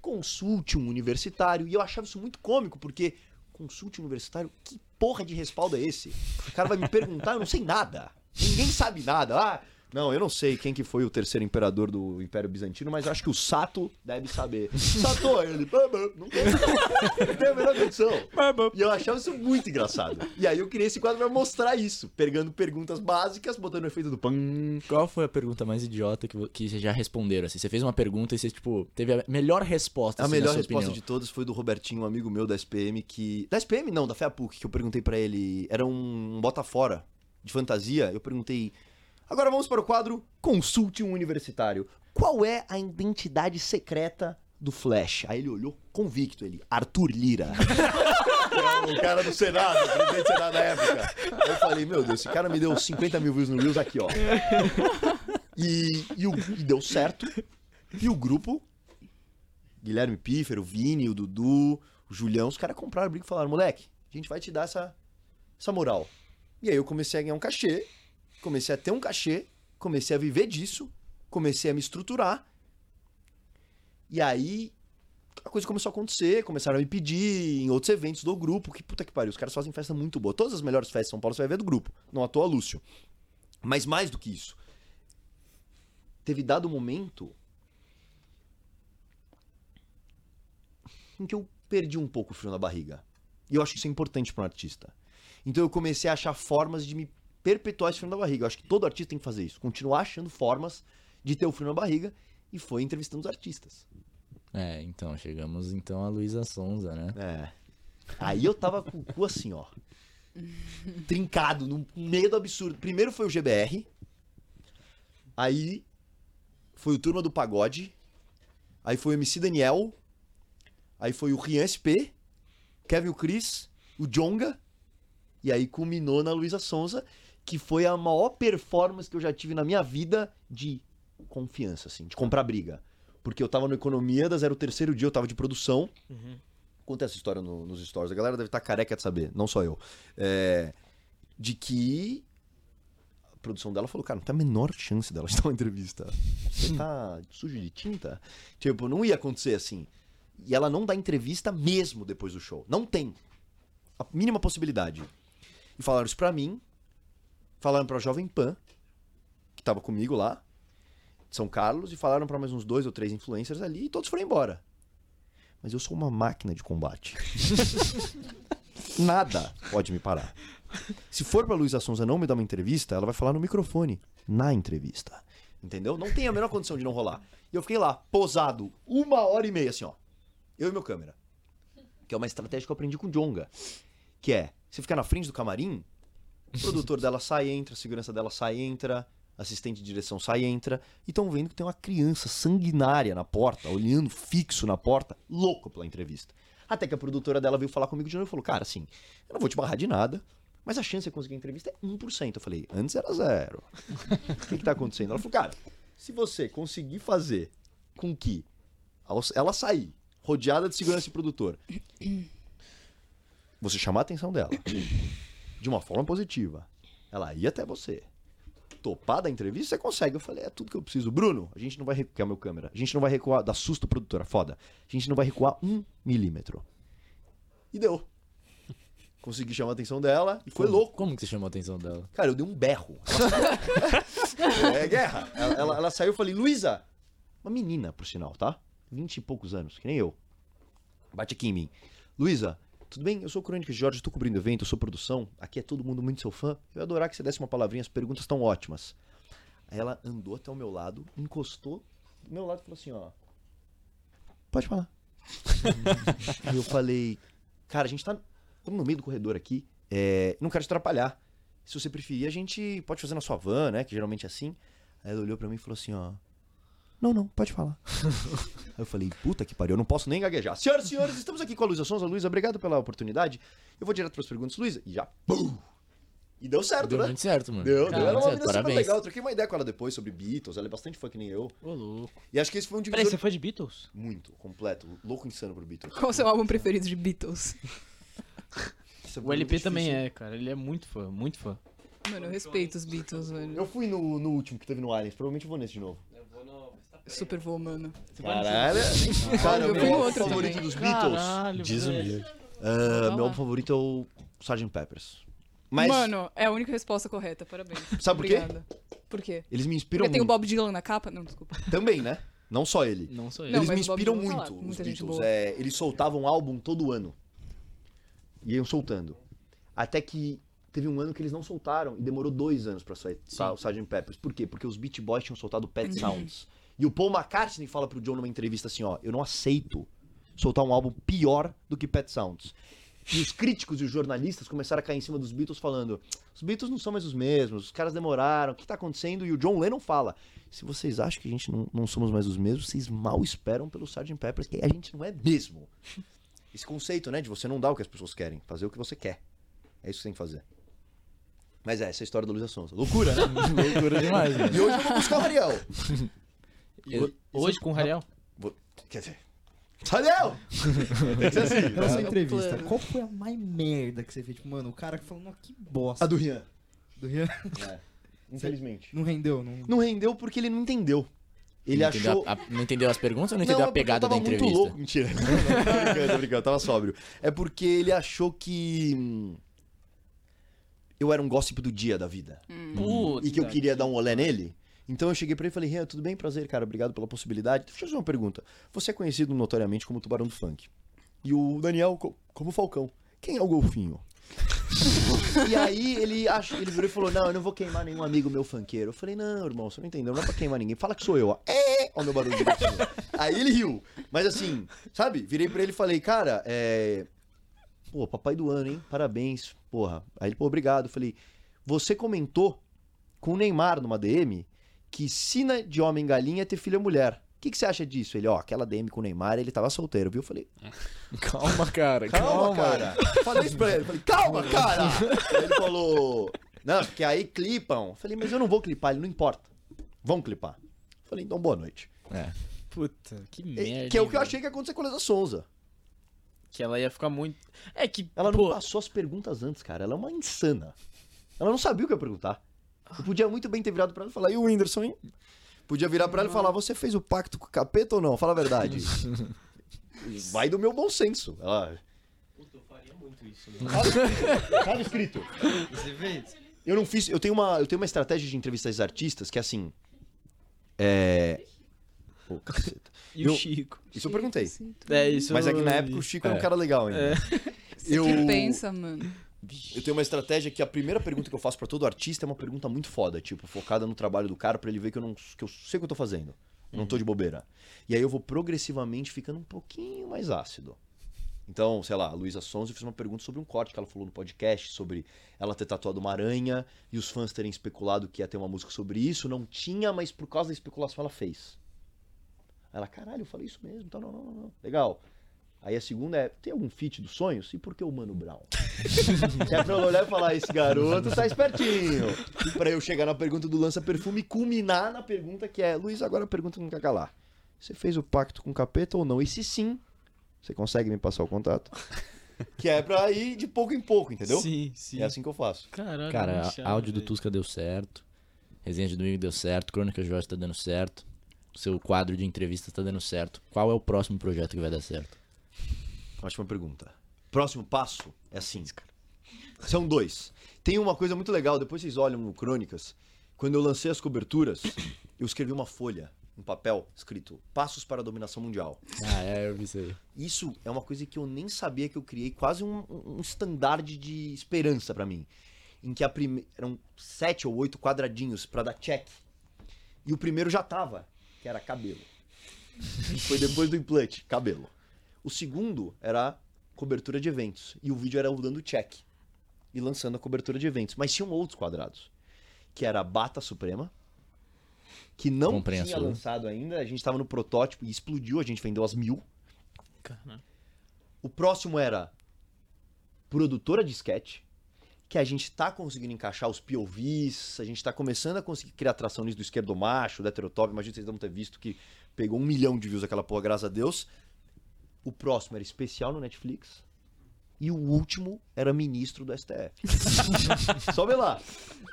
Speaker 5: Consulte um universitário. E eu achava isso muito cômico, porque consulte um universitário, que porra de respaldo é esse? O cara vai me perguntar, eu não sei nada. Ninguém sabe nada. Ah, não, eu não sei quem que foi o terceiro imperador do Império Bizantino, mas acho que o Sato deve saber. Sato, ele, "Bã, bã", não tem, não tem a menor condição. E eu achava isso muito engraçado. E aí eu criei esse quadro pra mostrar isso, pegando perguntas básicas, botando o efeito do pan.
Speaker 1: Qual foi a pergunta mais idiota que, vo- que vocês já responderam? Assim, você fez uma pergunta e você, tipo, teve a melhor resposta,
Speaker 5: A
Speaker 1: assim,
Speaker 5: melhor
Speaker 1: na sua
Speaker 5: resposta
Speaker 1: opinião.
Speaker 5: de todas foi do Robertinho, um amigo meu da SPM, que. Da SPM não, da FEAPUC, que eu perguntei pra ele. Era um bota-fora de fantasia. Eu perguntei. Agora vamos para o quadro Consulte um Universitário. Qual é a identidade secreta do Flash? Aí ele olhou convicto, ele. Arthur Lira. Que é o cara do Senado, o presidente do Senado na época. Aí eu falei, meu Deus, esse cara me deu 50 mil views no Reels aqui, ó. E, e o- e deu certo. E o grupo Guilherme Piffer, o Vini, o Dudu, o Julião, os caras compraram o brinco e falaram, moleque, a gente vai te dar essa, essa moral. E aí eu comecei a ganhar um cachê, comecei a ter um cachê, comecei a viver disso, comecei a me estruturar. E aí a coisa começou a acontecer, começaram a me pedir em outros eventos do grupo, que puta que pariu, os caras fazem festa muito boa. Todas as melhores festas de São Paulo você vai ver do grupo, não à toa Lúcio. Mas mais do que isso, teve dado um momento em que eu perdi um pouco o frio na barriga. E eu acho que isso é importante para um artista. Então eu comecei a achar formas de me perpetuar esse frio na barriga. Eu acho que todo artista tem que fazer isso. Continuar achando formas de ter o frio na barriga. E foi entrevistando os artistas.
Speaker 1: É, então, chegamos então a Luísa Sonza, né?
Speaker 5: É. Aí eu tava com o cu assim, ó. Trincado, num medo absurdo. Primeiro foi o GBR. Aí foi o Turma do Pagode. Aí foi o MC Daniel. Aí foi o Rian SP. Kevin o Chris. O Jonga. E aí culminou na Luísa Sonza. que foi a maior performance que eu já tive na minha vida de confiança, assim, de comprar briga. Porque eu tava no Economidas, era o terceiro dia, eu tava de produção. Conta essa história no- nos stories. A galera deve estar careca de saber, não só eu. É, de que a produção dela falou, cara, não tem a menor chance dela de dar uma entrevista. Você tá sujo de tinta? Tipo, não ia acontecer assim. E ela não dá entrevista mesmo depois do show. Não tem. A mínima possibilidade. E falaram isso pra mim. Falaram pra Jovem Pan, que tava comigo lá, de São Carlos, e falaram pra mais uns dois ou três influencers ali, e todos foram embora. Mas eu sou uma máquina de combate. Nada pode me parar. Se for pra Luísa Sonza não me dar uma entrevista, ela vai falar no microfone, na entrevista. Entendeu? Não tem a menor condição de não rolar. E eu fiquei lá, posado, uma hora e meia, assim, ó. Eu e meu câmera. Que é uma estratégia que eu aprendi com o Jonga. Que é, você ficar na frente do camarim, o produtor dela sai, entra, a segurança dela sai, entra, assistente de direção sai, entra, e estão vendo que tem uma criança sanguinária na porta, olhando fixo na porta, louco pela entrevista. Até que a produtora dela veio falar comigo de novo e falou: Cara, assim, eu não vou te barrar de nada, mas a chance de eu conseguir a entrevista é 1%. Eu falei: Antes era zero. O que, que tá acontecendo? Ela falou: Cara, se você conseguir fazer com que ao- ela sair rodeada de segurança e produtor, você chamar a atenção dela de uma forma positiva. Ela ia até você. Topar da entrevista, você consegue. Eu falei, é tudo que eu preciso. Bruno, a gente não vai recuar, que é o meu câmera. A gente não vai recuar, dá susto produtora, foda. A gente não vai recuar um milímetro. E deu. Consegui chamar a atenção dela e foi
Speaker 1: Como-
Speaker 5: louco.
Speaker 1: Como que você chamou a atenção dela?
Speaker 5: Cara, eu dei um berro. Ela saiu- é guerra. Ela, ela- ela saiu, eu falei, Luísa, uma menina, por sinal, tá? Vinte e poucos anos, que nem eu. Bate aqui em mim. Luísa, tudo bem? Eu sou o Crônicas de Jorge, eu tô cobrindo evento, eu sou produção. Aqui é todo mundo muito seu fã. Eu ia adorar que você desse uma palavrinha, as perguntas estão ótimas. Aí ela andou até o meu lado, encostou do meu lado e falou assim, ó. Pode falar. e eu falei, cara, a gente tá tamo no meio do corredor aqui. é, não quero te atrapalhar. Se você preferir, a gente pode fazer na sua van, né? Que geralmente é assim. Aí ela olhou pra mim e falou assim, ó. Não, não, pode falar. Aí eu falei, puta que pariu, eu não posso nem gaguejar. Senhoras e senhores, estamos aqui com a Luísa Sonza. Luísa, obrigado pela oportunidade. Eu vou direto pras perguntas, Luísa. E já, pum! E deu certo,
Speaker 1: Deu
Speaker 5: né?
Speaker 1: muito certo, mano.
Speaker 5: Deu, deu.
Speaker 1: Cara,
Speaker 5: Ela
Speaker 1: muito
Speaker 5: é uma
Speaker 1: certo.
Speaker 5: menina super
Speaker 1: Parabéns.
Speaker 5: legal. Eu troquei uma ideia com ela depois sobre Beatles. Ela é bastante fã que nem eu.
Speaker 1: Ô, louco.
Speaker 5: E acho que esse foi um
Speaker 4: Peraí,
Speaker 5: divisor
Speaker 4: você foi de Beatles?
Speaker 5: muito, completo, louco insano pro Beatles.
Speaker 3: Qual o seu álbum preferido de Beatles?
Speaker 5: Isso é
Speaker 4: O
Speaker 5: muito
Speaker 4: LP também
Speaker 5: difícil.
Speaker 4: é, cara. Ele é muito fã, muito fã.
Speaker 3: Mano, eu respeito os Beatles, velho.
Speaker 5: Eu fui no, no último que teve no Aliens, provavelmente eu vou nesse de novo.
Speaker 3: Super vou, mano.
Speaker 5: Caralho! Cara,
Speaker 3: Eu
Speaker 5: meu
Speaker 3: fui no
Speaker 5: álbum
Speaker 3: outro
Speaker 5: favorito
Speaker 3: também.
Speaker 5: dos Beatles.
Speaker 2: Diz o Miller.
Speaker 5: Ah,
Speaker 3: Vai
Speaker 5: meu
Speaker 3: lá.
Speaker 5: álbum favorito é o Sgt. Peppers. Mas
Speaker 3: Mano, é a única resposta correta, parabéns.
Speaker 5: Sabe por quê?
Speaker 3: Obrigada. Por quê?
Speaker 5: eles me inspiram
Speaker 3: Porque tem o
Speaker 5: muito.
Speaker 3: Bob Dylan na capa? Não, desculpa.
Speaker 5: Também, né? Não só ele.
Speaker 4: Não sou eu.
Speaker 3: Não.
Speaker 5: eles
Speaker 3: mas
Speaker 5: me
Speaker 3: o Bob
Speaker 5: inspiram
Speaker 3: Dylan tá lá,
Speaker 5: muito, os
Speaker 3: muita gente
Speaker 5: Beatles.
Speaker 3: boa.
Speaker 5: É, eles soltavam álbum todo ano. E iam soltando. Até que teve um ano que eles não soltaram e demorou dois anos pra sair sa- o Sgt. Peppers. Por quê? Porque os Beat Boys tinham soltado Pet
Speaker 3: Uhum.
Speaker 5: Sounds. E o Paul McCartney fala pro John numa entrevista assim, ó, eu não aceito soltar um álbum pior do que Pet Sounds. E os críticos e os jornalistas começaram a cair em cima dos Beatles falando: os Beatles não são mais os mesmos, os caras demoraram, o que tá acontecendo? E o John Lennon fala: se vocês acham que a gente não, não somos mais os mesmos, vocês mal esperam pelo Sgt. Peppers, que a gente não é mesmo. Esse conceito, né, de você não dar o que as pessoas querem, fazer o que você quer. É isso que você tem que fazer. Mas é, essa é a história da Luísa Sonza. Loucura, né?
Speaker 1: Loucura demais, mano.
Speaker 5: e hoje eu vou buscar o Ariel.
Speaker 1: Eu-
Speaker 4: Hoje com o Rariel?
Speaker 5: Quer dizer, Ariel! tem que ser assim.
Speaker 6: Então, essa
Speaker 5: Tá?
Speaker 6: entrevista,
Speaker 3: plano.
Speaker 6: qual foi a mais merda que você fez? Tipo, mano, o cara que falou, "Não, que bosta.
Speaker 5: A do Rian.
Speaker 6: Do Rian.
Speaker 5: Infelizmente.
Speaker 6: Não rendeu, não.
Speaker 5: Não rendeu porque ele não entendeu. Ele
Speaker 1: não
Speaker 5: achou.
Speaker 1: entendeu a- a- não entendeu as perguntas ou não entendeu
Speaker 5: é
Speaker 1: a
Speaker 5: porque
Speaker 1: pegada
Speaker 5: eu tava
Speaker 1: da
Speaker 5: Muito
Speaker 1: entrevista?
Speaker 5: louco. Mentira. Não, não, tô brincando, tô brincando, tava sóbrio. É porque ele achou que. hum, Eu era um gossip do dia da vida.
Speaker 4: Hum. Puta.
Speaker 5: e que eu queria dar um olé nele. Então eu cheguei pra ele e falei, Rian, tudo bem? Prazer, cara. Obrigado pela possibilidade. Deixa eu fazer uma pergunta. Você é conhecido notoriamente como Tubarão do Funk. E o Daniel co- como Falcão. Quem é o Golfinho? e aí ele, ach... ele virou e falou, não, eu não vou queimar nenhum amigo meu funkeiro. Eu falei, não, irmão, você não entendeu. Não é pra queimar ninguém. Fala que sou eu, ó. É! Ó o meu barulho de golfinho. Aí ele riu. Mas assim, sabe? Virei pra ele e falei, cara, é... Pô, papai do ano, hein? Parabéns, porra. Aí ele, pô, obrigado. Eu falei, você comentou com o Neymar numa DM que sina de homem galinha é ter filha mulher. O que, que você acha disso? Ele, ó, aquela DM com o Neymar, ele tava solteiro, viu? Eu falei,
Speaker 1: Calma, cara.
Speaker 5: calma, cara. Falei isso pra ele, falei, calma, cara. Aí ele falou, Não, porque aí clipam. Falei, mas eu não vou clipar, ele não importa. Vão clipar. Falei, então boa noite.
Speaker 4: Puta, que
Speaker 5: E-
Speaker 4: merda.
Speaker 5: que é o
Speaker 4: hein,
Speaker 5: que eu
Speaker 4: mano.
Speaker 5: achei que ia acontecer com a Lesa Sonza.
Speaker 4: Que ela ia ficar muito. É que.
Speaker 5: Ela não
Speaker 4: pô,
Speaker 5: passou as perguntas antes, cara. Ela é uma insana. Ela não sabia o que eu ia perguntar. Eu podia muito bem ter virado pra ela e falar, e o Whindersson, hein? Podia virar pra ela e falar, você fez o pacto com o capeta ou não? Fala a verdade. Vai do meu bom senso. Ela... Puta, eu faria muito isso. Tava escrito.
Speaker 6: Você vê?
Speaker 5: Eu não fiz. Eu tenho uma, eu tenho uma estratégia de entrevistas de artistas que é assim. É. Pô, caceta.
Speaker 4: E o
Speaker 5: eu-
Speaker 4: Chico.
Speaker 5: Isso eu perguntei.
Speaker 4: É isso.
Speaker 5: Mas é
Speaker 4: eu
Speaker 5: que na
Speaker 4: vi.
Speaker 5: época o Chico era um cara legal ainda.
Speaker 3: Você que pensa, mano.
Speaker 5: Eu tenho uma estratégia que a primeira pergunta que eu faço pra todo artista é uma pergunta muito foda, tipo, focada no trabalho do cara pra ele ver que eu não que eu sei o que eu tô fazendo. Não tô de bobeira. E aí eu vou progressivamente ficando um pouquinho mais ácido. Então, sei lá, a Luísa Sons, eu fiz uma pergunta sobre um corte que ela falou no podcast, sobre ela ter tatuado uma aranha e os fãs terem especulado que ia ter uma música sobre isso. Não tinha, mas por causa da especulação ela fez. Aí Ela, caralho, eu falei isso mesmo, então não, não, não, não. Legal. Aí a segunda é, tem algum feat dos sonhos? E por que o Mano Brown? Que é pra eu olhar e falar, esse garoto tá espertinho. Pra eu chegar na pergunta do Lança Perfume e culminar na pergunta que é, Luiz, agora a pergunta que não quer calar. Você fez o pacto com o capeta ou não? E se sim, você consegue me passar o contato? que é pra ir de pouco em pouco, entendeu?
Speaker 4: Sim, sim.
Speaker 5: É assim que eu faço.
Speaker 4: Caralho.
Speaker 1: Cara,
Speaker 4: muito chato,
Speaker 1: áudio do
Speaker 4: velho.
Speaker 1: Tusca deu certo. Resenha de domingo deu certo. Crônica Jorge tá dando certo. Seu quadro de entrevista tá dando certo. Qual é o próximo projeto que vai dar certo?
Speaker 5: Ótima pergunta. Próximo passo é assim. São dois. Tem uma coisa muito legal, depois vocês olham no Crônicas. Quando eu lancei as coberturas, eu escrevi uma folha, um papel, escrito Passos para a Dominação Mundial.
Speaker 1: Ah, é, eu vi isso aí.
Speaker 5: Isso é uma coisa que eu nem sabia que eu criei, quase um, um standard de esperança pra mim. Em que a prime... eram sete ou oito quadradinhos pra dar check. E o primeiro já tava, que era cabelo. Foi depois do implante, cabelo. O segundo era cobertura de eventos. E o vídeo era eu dando check e lançando a cobertura de eventos. Mas tinham outros quadrados. Que era a Bata Suprema, que não tinha
Speaker 1: Compreensor.
Speaker 5: lançado ainda. A gente tava no protótipo e explodiu, a gente vendeu as mil.
Speaker 4: Caralho.
Speaker 5: O próximo era produtora de sketch, que a gente tá conseguindo encaixar os POVs, a gente tá começando a conseguir criar atração nisso do esquerdo macho, do heterotop, imagina vocês não ter visto que pegou um milhão de views aquela porra, graças a Deus. O próximo era especial no Netflix. E o último era ministro do STF. Sobe lá.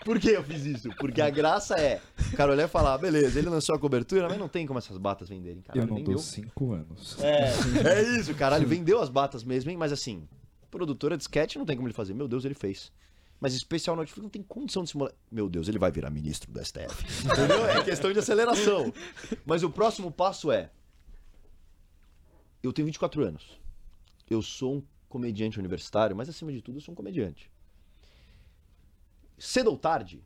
Speaker 5: Por que eu fiz isso? Porque a graça é, o cara olhar e falar, "Ah, beleza, ele lançou a cobertura, mas não tem como essas batas venderem. Caralho,
Speaker 8: Eu não
Speaker 5: vendeu.
Speaker 8: dou cinco anos.
Speaker 5: É isso, caralho. Vendeu as batas mesmo, hein? Mas assim, produtora de sketch não tem como ele fazer. Meu Deus, ele fez. Mas especial Netflix não tem condição de simular. Meu Deus, ele vai virar ministro do STF. Entendeu? É questão de aceleração. Mas o próximo passo é. Eu tenho 24 anos. Eu sou um comediante universitário, mas acima de tudo, eu sou um comediante. Cedo ou tarde?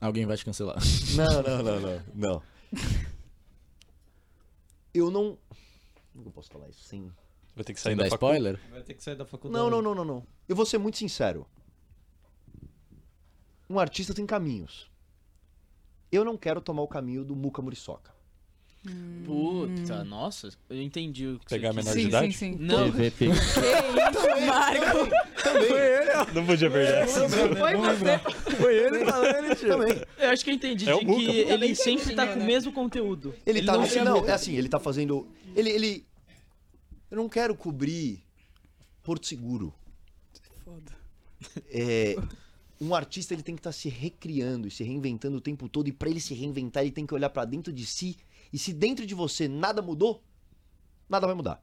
Speaker 1: Alguém vai te cancelar.
Speaker 5: Não, não, não, não. Não. Eu não. Como que eu posso falar isso sem
Speaker 2: Vou ter que sair
Speaker 1: Sem
Speaker 2: da
Speaker 1: dar
Speaker 2: faculdade.
Speaker 1: spoiler?
Speaker 4: Vai ter que sair da faculdade.
Speaker 5: Não, não, não, não, não. Eu vou ser muito sincero. Um artista tem caminhos. Eu não quero tomar o caminho do Muca Muriçoca.
Speaker 4: Hum. Puta, nossa. Eu entendi o que
Speaker 2: Pegar
Speaker 4: você
Speaker 2: a menor
Speaker 4: quis
Speaker 2: de
Speaker 3: Sim, sim,
Speaker 2: idade?
Speaker 4: dizer.
Speaker 3: sim.
Speaker 4: Não,
Speaker 1: TVP.
Speaker 2: Não podia perder essa.
Speaker 4: foi você.
Speaker 5: Foi ele também.
Speaker 4: Eu acho que eu entendi
Speaker 2: É o
Speaker 4: de
Speaker 2: Muca.
Speaker 4: que ele sempre tá com o mesmo conteúdo.
Speaker 5: Ele, tá
Speaker 4: não
Speaker 5: no
Speaker 4: se
Speaker 5: não,
Speaker 4: muda.
Speaker 5: é assim, ele tá fazendo. Ele, ele. Eu não quero cobrir Porto Seguro.
Speaker 3: Foda.
Speaker 5: É, um artista ele tem que estar se recriando e se reinventando o tempo todo e pra ele se reinventar ele tem que olhar pra dentro de si e se dentro de você nada mudou nada vai mudar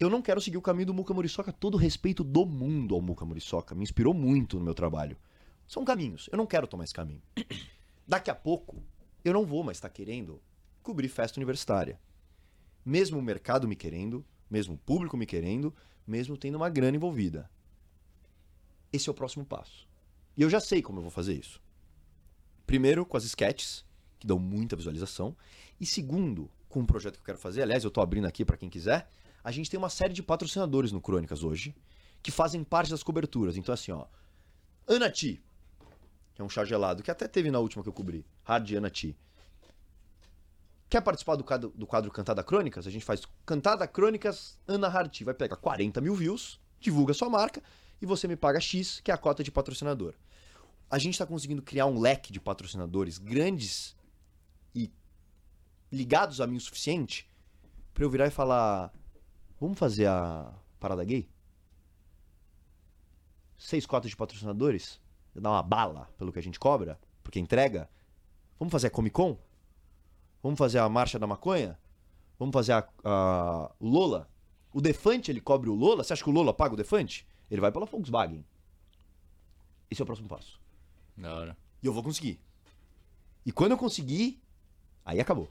Speaker 5: eu não quero seguir o caminho do Muca Muriçoca todo o respeito do mundo ao Muca Muriçoca me inspirou muito no meu trabalho são caminhos eu não quero tomar esse caminho daqui a pouco eu não vou mais estar querendo cobrir festa universitária mesmo o mercado me querendo mesmo o público me querendo mesmo tendo uma grana envolvida esse é o próximo passo. E eu já sei como eu vou fazer isso. Primeiro, com as sketches, que dão muita visualização. E segundo, com um projeto que eu quero fazer. Aliás, eu tô abrindo aqui para quem quiser. A gente tem uma série de patrocinadores no Crônicas hoje, que fazem parte das coberturas. Então, assim, ó. Anati, que é um chá gelado, que até teve na última que eu cobri. Hard Anati. Quer participar do quadro, do quadro Cantada Crônicas? A gente faz Cantada Crônicas Ana Harty. Vai pegar 40 mil views, divulga sua marca e você me paga X, que é a cota de patrocinador. A gente está conseguindo criar um leque de patrocinadores grandes e ligados a mim o suficiente para eu virar e falar: vamos fazer a parada gay? Seis cotas de patrocinadores? Dar uma bala pelo que a gente cobra? Porque entrega? Vamos fazer a Comic Con? Vamos fazer a Marcha da Maconha? Vamos fazer a, a Lola? O Defante ele cobre o Lola? Você acha que o Lola paga o Defante? Ele vai pela Volkswagen. Esse é o próximo passo.
Speaker 1: Da hora.
Speaker 5: E eu vou conseguir. E quando eu conseguir, aí acabou.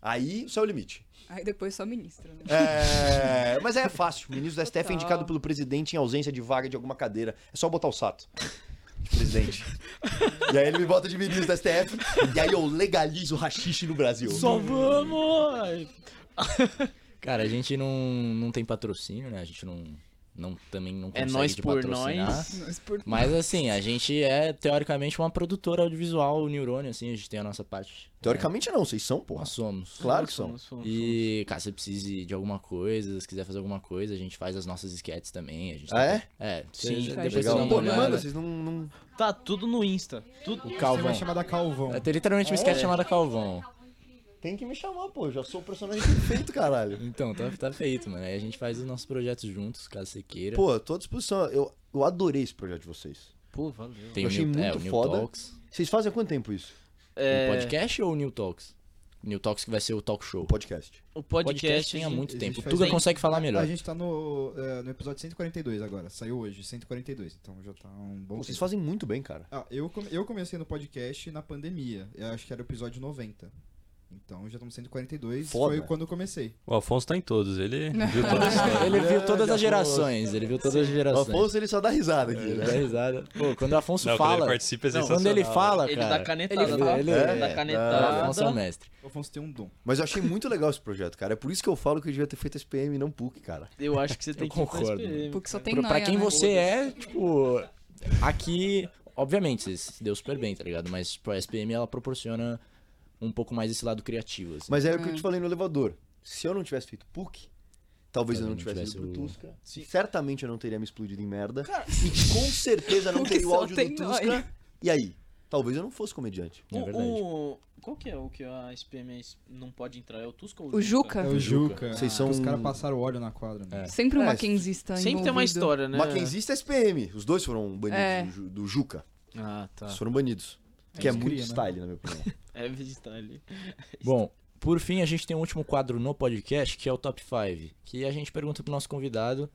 Speaker 5: Aí o céu é o limite.
Speaker 3: Aí depois só ministro, né?
Speaker 5: É, mas aí é fácil. O ministro do STF é
Speaker 3: Total.
Speaker 5: indicado pelo presidente em ausência de vaga de alguma cadeira. É só botar o sato. de Presidente. E aí ele me bota de ministro do STF. E aí eu legalizo o rachixe no Brasil.
Speaker 4: Só um- vamos!
Speaker 1: Cara, a gente não, não tem patrocínio, né? A gente não, não também não
Speaker 4: É
Speaker 1: consegue
Speaker 4: nós
Speaker 1: te
Speaker 4: por
Speaker 1: patrocinar.
Speaker 4: nós.
Speaker 3: Mas por-
Speaker 1: Mas assim, a gente é teoricamente uma produtora audiovisual, o neurônio, assim, a gente tem a nossa parte. É,
Speaker 5: Teoricamente não, vocês são,
Speaker 1: Nós
Speaker 5: porra.
Speaker 1: somos.
Speaker 5: Claro que são.
Speaker 1: E, cara, se você precise de alguma coisa, se quiser fazer alguma coisa, a gente faz as nossas sketches também. A gente
Speaker 5: Ah, é?
Speaker 1: É,
Speaker 4: Sim,
Speaker 1: sim,
Speaker 4: faz.
Speaker 1: depois você
Speaker 4: Legal.
Speaker 1: dá uma
Speaker 5: Pô, me manda,
Speaker 1: olhada.
Speaker 5: vocês não. não-
Speaker 4: Tá tudo no Insta. Tudo...
Speaker 1: O
Speaker 6: Você vai
Speaker 1: Calvão. É,
Speaker 6: chamar da Calvão.
Speaker 1: Tem literalmente uma
Speaker 4: É.
Speaker 1: sketch chamada Calvão.
Speaker 5: Tem que me chamar, pô. Eu já sou o personagem perfeito, caralho.
Speaker 1: Então, tá, tá feito, mano. Aí a gente faz os nossos projetos juntos, caso você queira.
Speaker 5: Pô, eu tô à disposição. Eu, eu adorei esse projeto de vocês.
Speaker 4: Pô, valeu.
Speaker 1: Tem
Speaker 5: eu achei
Speaker 1: New- é,
Speaker 5: muito
Speaker 1: o New
Speaker 5: foda.
Speaker 1: Talks.
Speaker 5: Vocês fazem há quanto tempo isso?
Speaker 1: O
Speaker 4: É,
Speaker 1: podcast ou o New Talks? New Talks que vai ser o talk show.
Speaker 5: O podcast.
Speaker 4: o podcast,
Speaker 1: O podcast tem há
Speaker 4: gente,
Speaker 1: muito
Speaker 6: existe
Speaker 1: tempo. O
Speaker 6: faz
Speaker 1: Tuga
Speaker 4: tempo.
Speaker 1: consegue falar melhor.
Speaker 6: A gente tá no, é, no episódio 142 agora. Saiu hoje, 142. Então já tá um bom.
Speaker 5: Vocês
Speaker 6: tempo.
Speaker 5: fazem muito bem, cara.
Speaker 6: Ah, eu, come- eu comecei no podcast na pandemia. Eu acho que era o episódio 90. Então já estamos 142.
Speaker 5: Foda.
Speaker 6: Foi quando eu comecei.
Speaker 2: O Afonso tá em todos, ele viu todas.
Speaker 1: Ele viu todas
Speaker 5: Grande
Speaker 1: as gerações. Ele viu todas as
Speaker 5: O
Speaker 1: gerações.
Speaker 5: Afonso, ele só dá risada aqui,
Speaker 1: Ele
Speaker 5: né?
Speaker 1: dá risada. Pô, quando o Afonso
Speaker 2: Não, quando
Speaker 1: fala.
Speaker 2: ele participa é
Speaker 1: Não,
Speaker 2: sensacional.
Speaker 1: quando ele fala,
Speaker 4: Ele
Speaker 1: cara.
Speaker 4: dá canetada.
Speaker 1: ele-
Speaker 4: né?
Speaker 1: ele-
Speaker 5: é,
Speaker 4: dá
Speaker 1: O
Speaker 4: canetada.
Speaker 1: Afonso é o mestre.
Speaker 6: O Afonso tem um dom.
Speaker 5: Mas eu achei muito legal esse projeto, cara. É por isso que eu falo que eu devia ter feito SPM e não PUC, cara.
Speaker 4: Eu acho que você tem que ir pra
Speaker 1: concordo.
Speaker 4: SPM.
Speaker 3: Porque só tem
Speaker 1: Pra, pra
Speaker 3: nóia,
Speaker 1: quem
Speaker 3: né?
Speaker 1: você é, tipo. Aqui, obviamente, você se deu super bem, tá ligado? Mas tipo, a SPM ela proporciona um pouco mais esse lado criativo. Assim.
Speaker 5: Mas é o que eu te falei no elevador. Se eu não tivesse feito PUC, talvez eu não tivesse, ido pro
Speaker 1: o-
Speaker 5: Tusca. Certamente eu não teria me explodido em merda. E com certeza não
Speaker 3: PUC
Speaker 5: teria o
Speaker 3: só
Speaker 5: áudio do
Speaker 3: tem
Speaker 5: Tusca.
Speaker 3: nós.
Speaker 5: E aí? Talvez eu não fosse comediante.
Speaker 1: É verdade.
Speaker 4: O, o- Qual que é o que a SPM não pode entrar? É o Tusca ou
Speaker 3: O Juca.
Speaker 6: É o Juca.
Speaker 5: Vocês são- um-
Speaker 6: Os caras passaram óleo na quadra, né?
Speaker 3: Sempre um
Speaker 5: É,
Speaker 3: Mackenzista
Speaker 4: Sempre tem uma
Speaker 3: envolvido.
Speaker 4: história, né?
Speaker 5: Mackenzista e SPM. Os dois foram banidos
Speaker 3: É.
Speaker 5: do Ju- do Juca.
Speaker 4: Ah, tá.
Speaker 5: Eles foram banidos.
Speaker 6: É
Speaker 5: Que é
Speaker 6: isso
Speaker 5: muito
Speaker 6: cria, né?
Speaker 5: style, na minha opinião.
Speaker 4: É visitar ali.
Speaker 1: Bom, por fim, a gente tem um último quadro no podcast, que é o Top 5, que a gente pergunta pro nosso convidado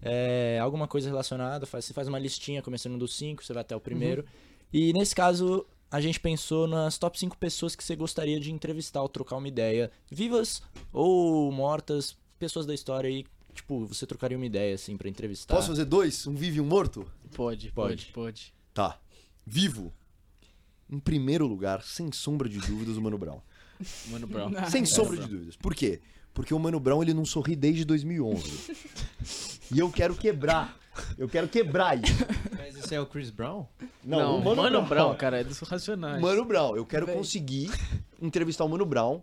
Speaker 1: é, alguma coisa relacionada, faz, você faz uma listinha começando do 5, você vai até o primeiro. E nesse caso, a gente pensou nas top 5 pessoas que você gostaria de entrevistar ou trocar uma ideia, vivas ou mortas, pessoas da história aí, tipo, você trocaria uma ideia assim pra entrevistar.
Speaker 5: Posso fazer dois? Um vivo e um morto?
Speaker 4: Pode, pode, pode.
Speaker 5: Tá. Vivo. Em primeiro lugar, sem sombra de dúvidas, o Mano Brown.
Speaker 4: Mano Brown.
Speaker 5: Sem sombra de dúvidas. Por quê? Porque o Mano Brown ele não sorri desde 2011. e eu quero quebrar. Eu quero quebrar isso.
Speaker 8: Mas esse é o Chris Brown?
Speaker 5: Não,
Speaker 4: Não,
Speaker 5: o
Speaker 4: Mano,
Speaker 5: Mano,
Speaker 4: Brown, cara, é dos Racionais.
Speaker 5: Mano Brown, eu quero conseguir entrevistar o Mano Brown,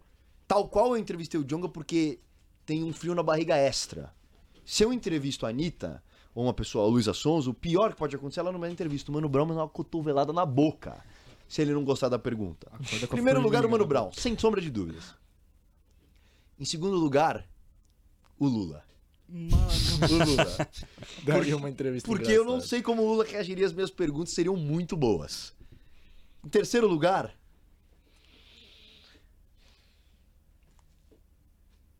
Speaker 5: tal qual eu entrevistei o Djonga, porque tem um frio na barriga extra. Se eu entrevisto a Anitta, ou uma pessoa, a Luísa Sons, o pior que pode acontecer é ela não vai entrevista o Mano Brown, mas uma cotovelada na boca, se ele não gostar da pergunta.
Speaker 6: Acorda com a
Speaker 5: Primeiro lugar, o
Speaker 6: formiga.
Speaker 5: Mano Brown, sem sombra de dúvidas. Em segundo lugar, o Lula. Mano. O Lula.
Speaker 1: Daria uma entrevista
Speaker 5: Porque eu não
Speaker 1: engraçada.
Speaker 5: sei como o Lula reagiria às minhas perguntas, seriam muito boas. Em terceiro lugar.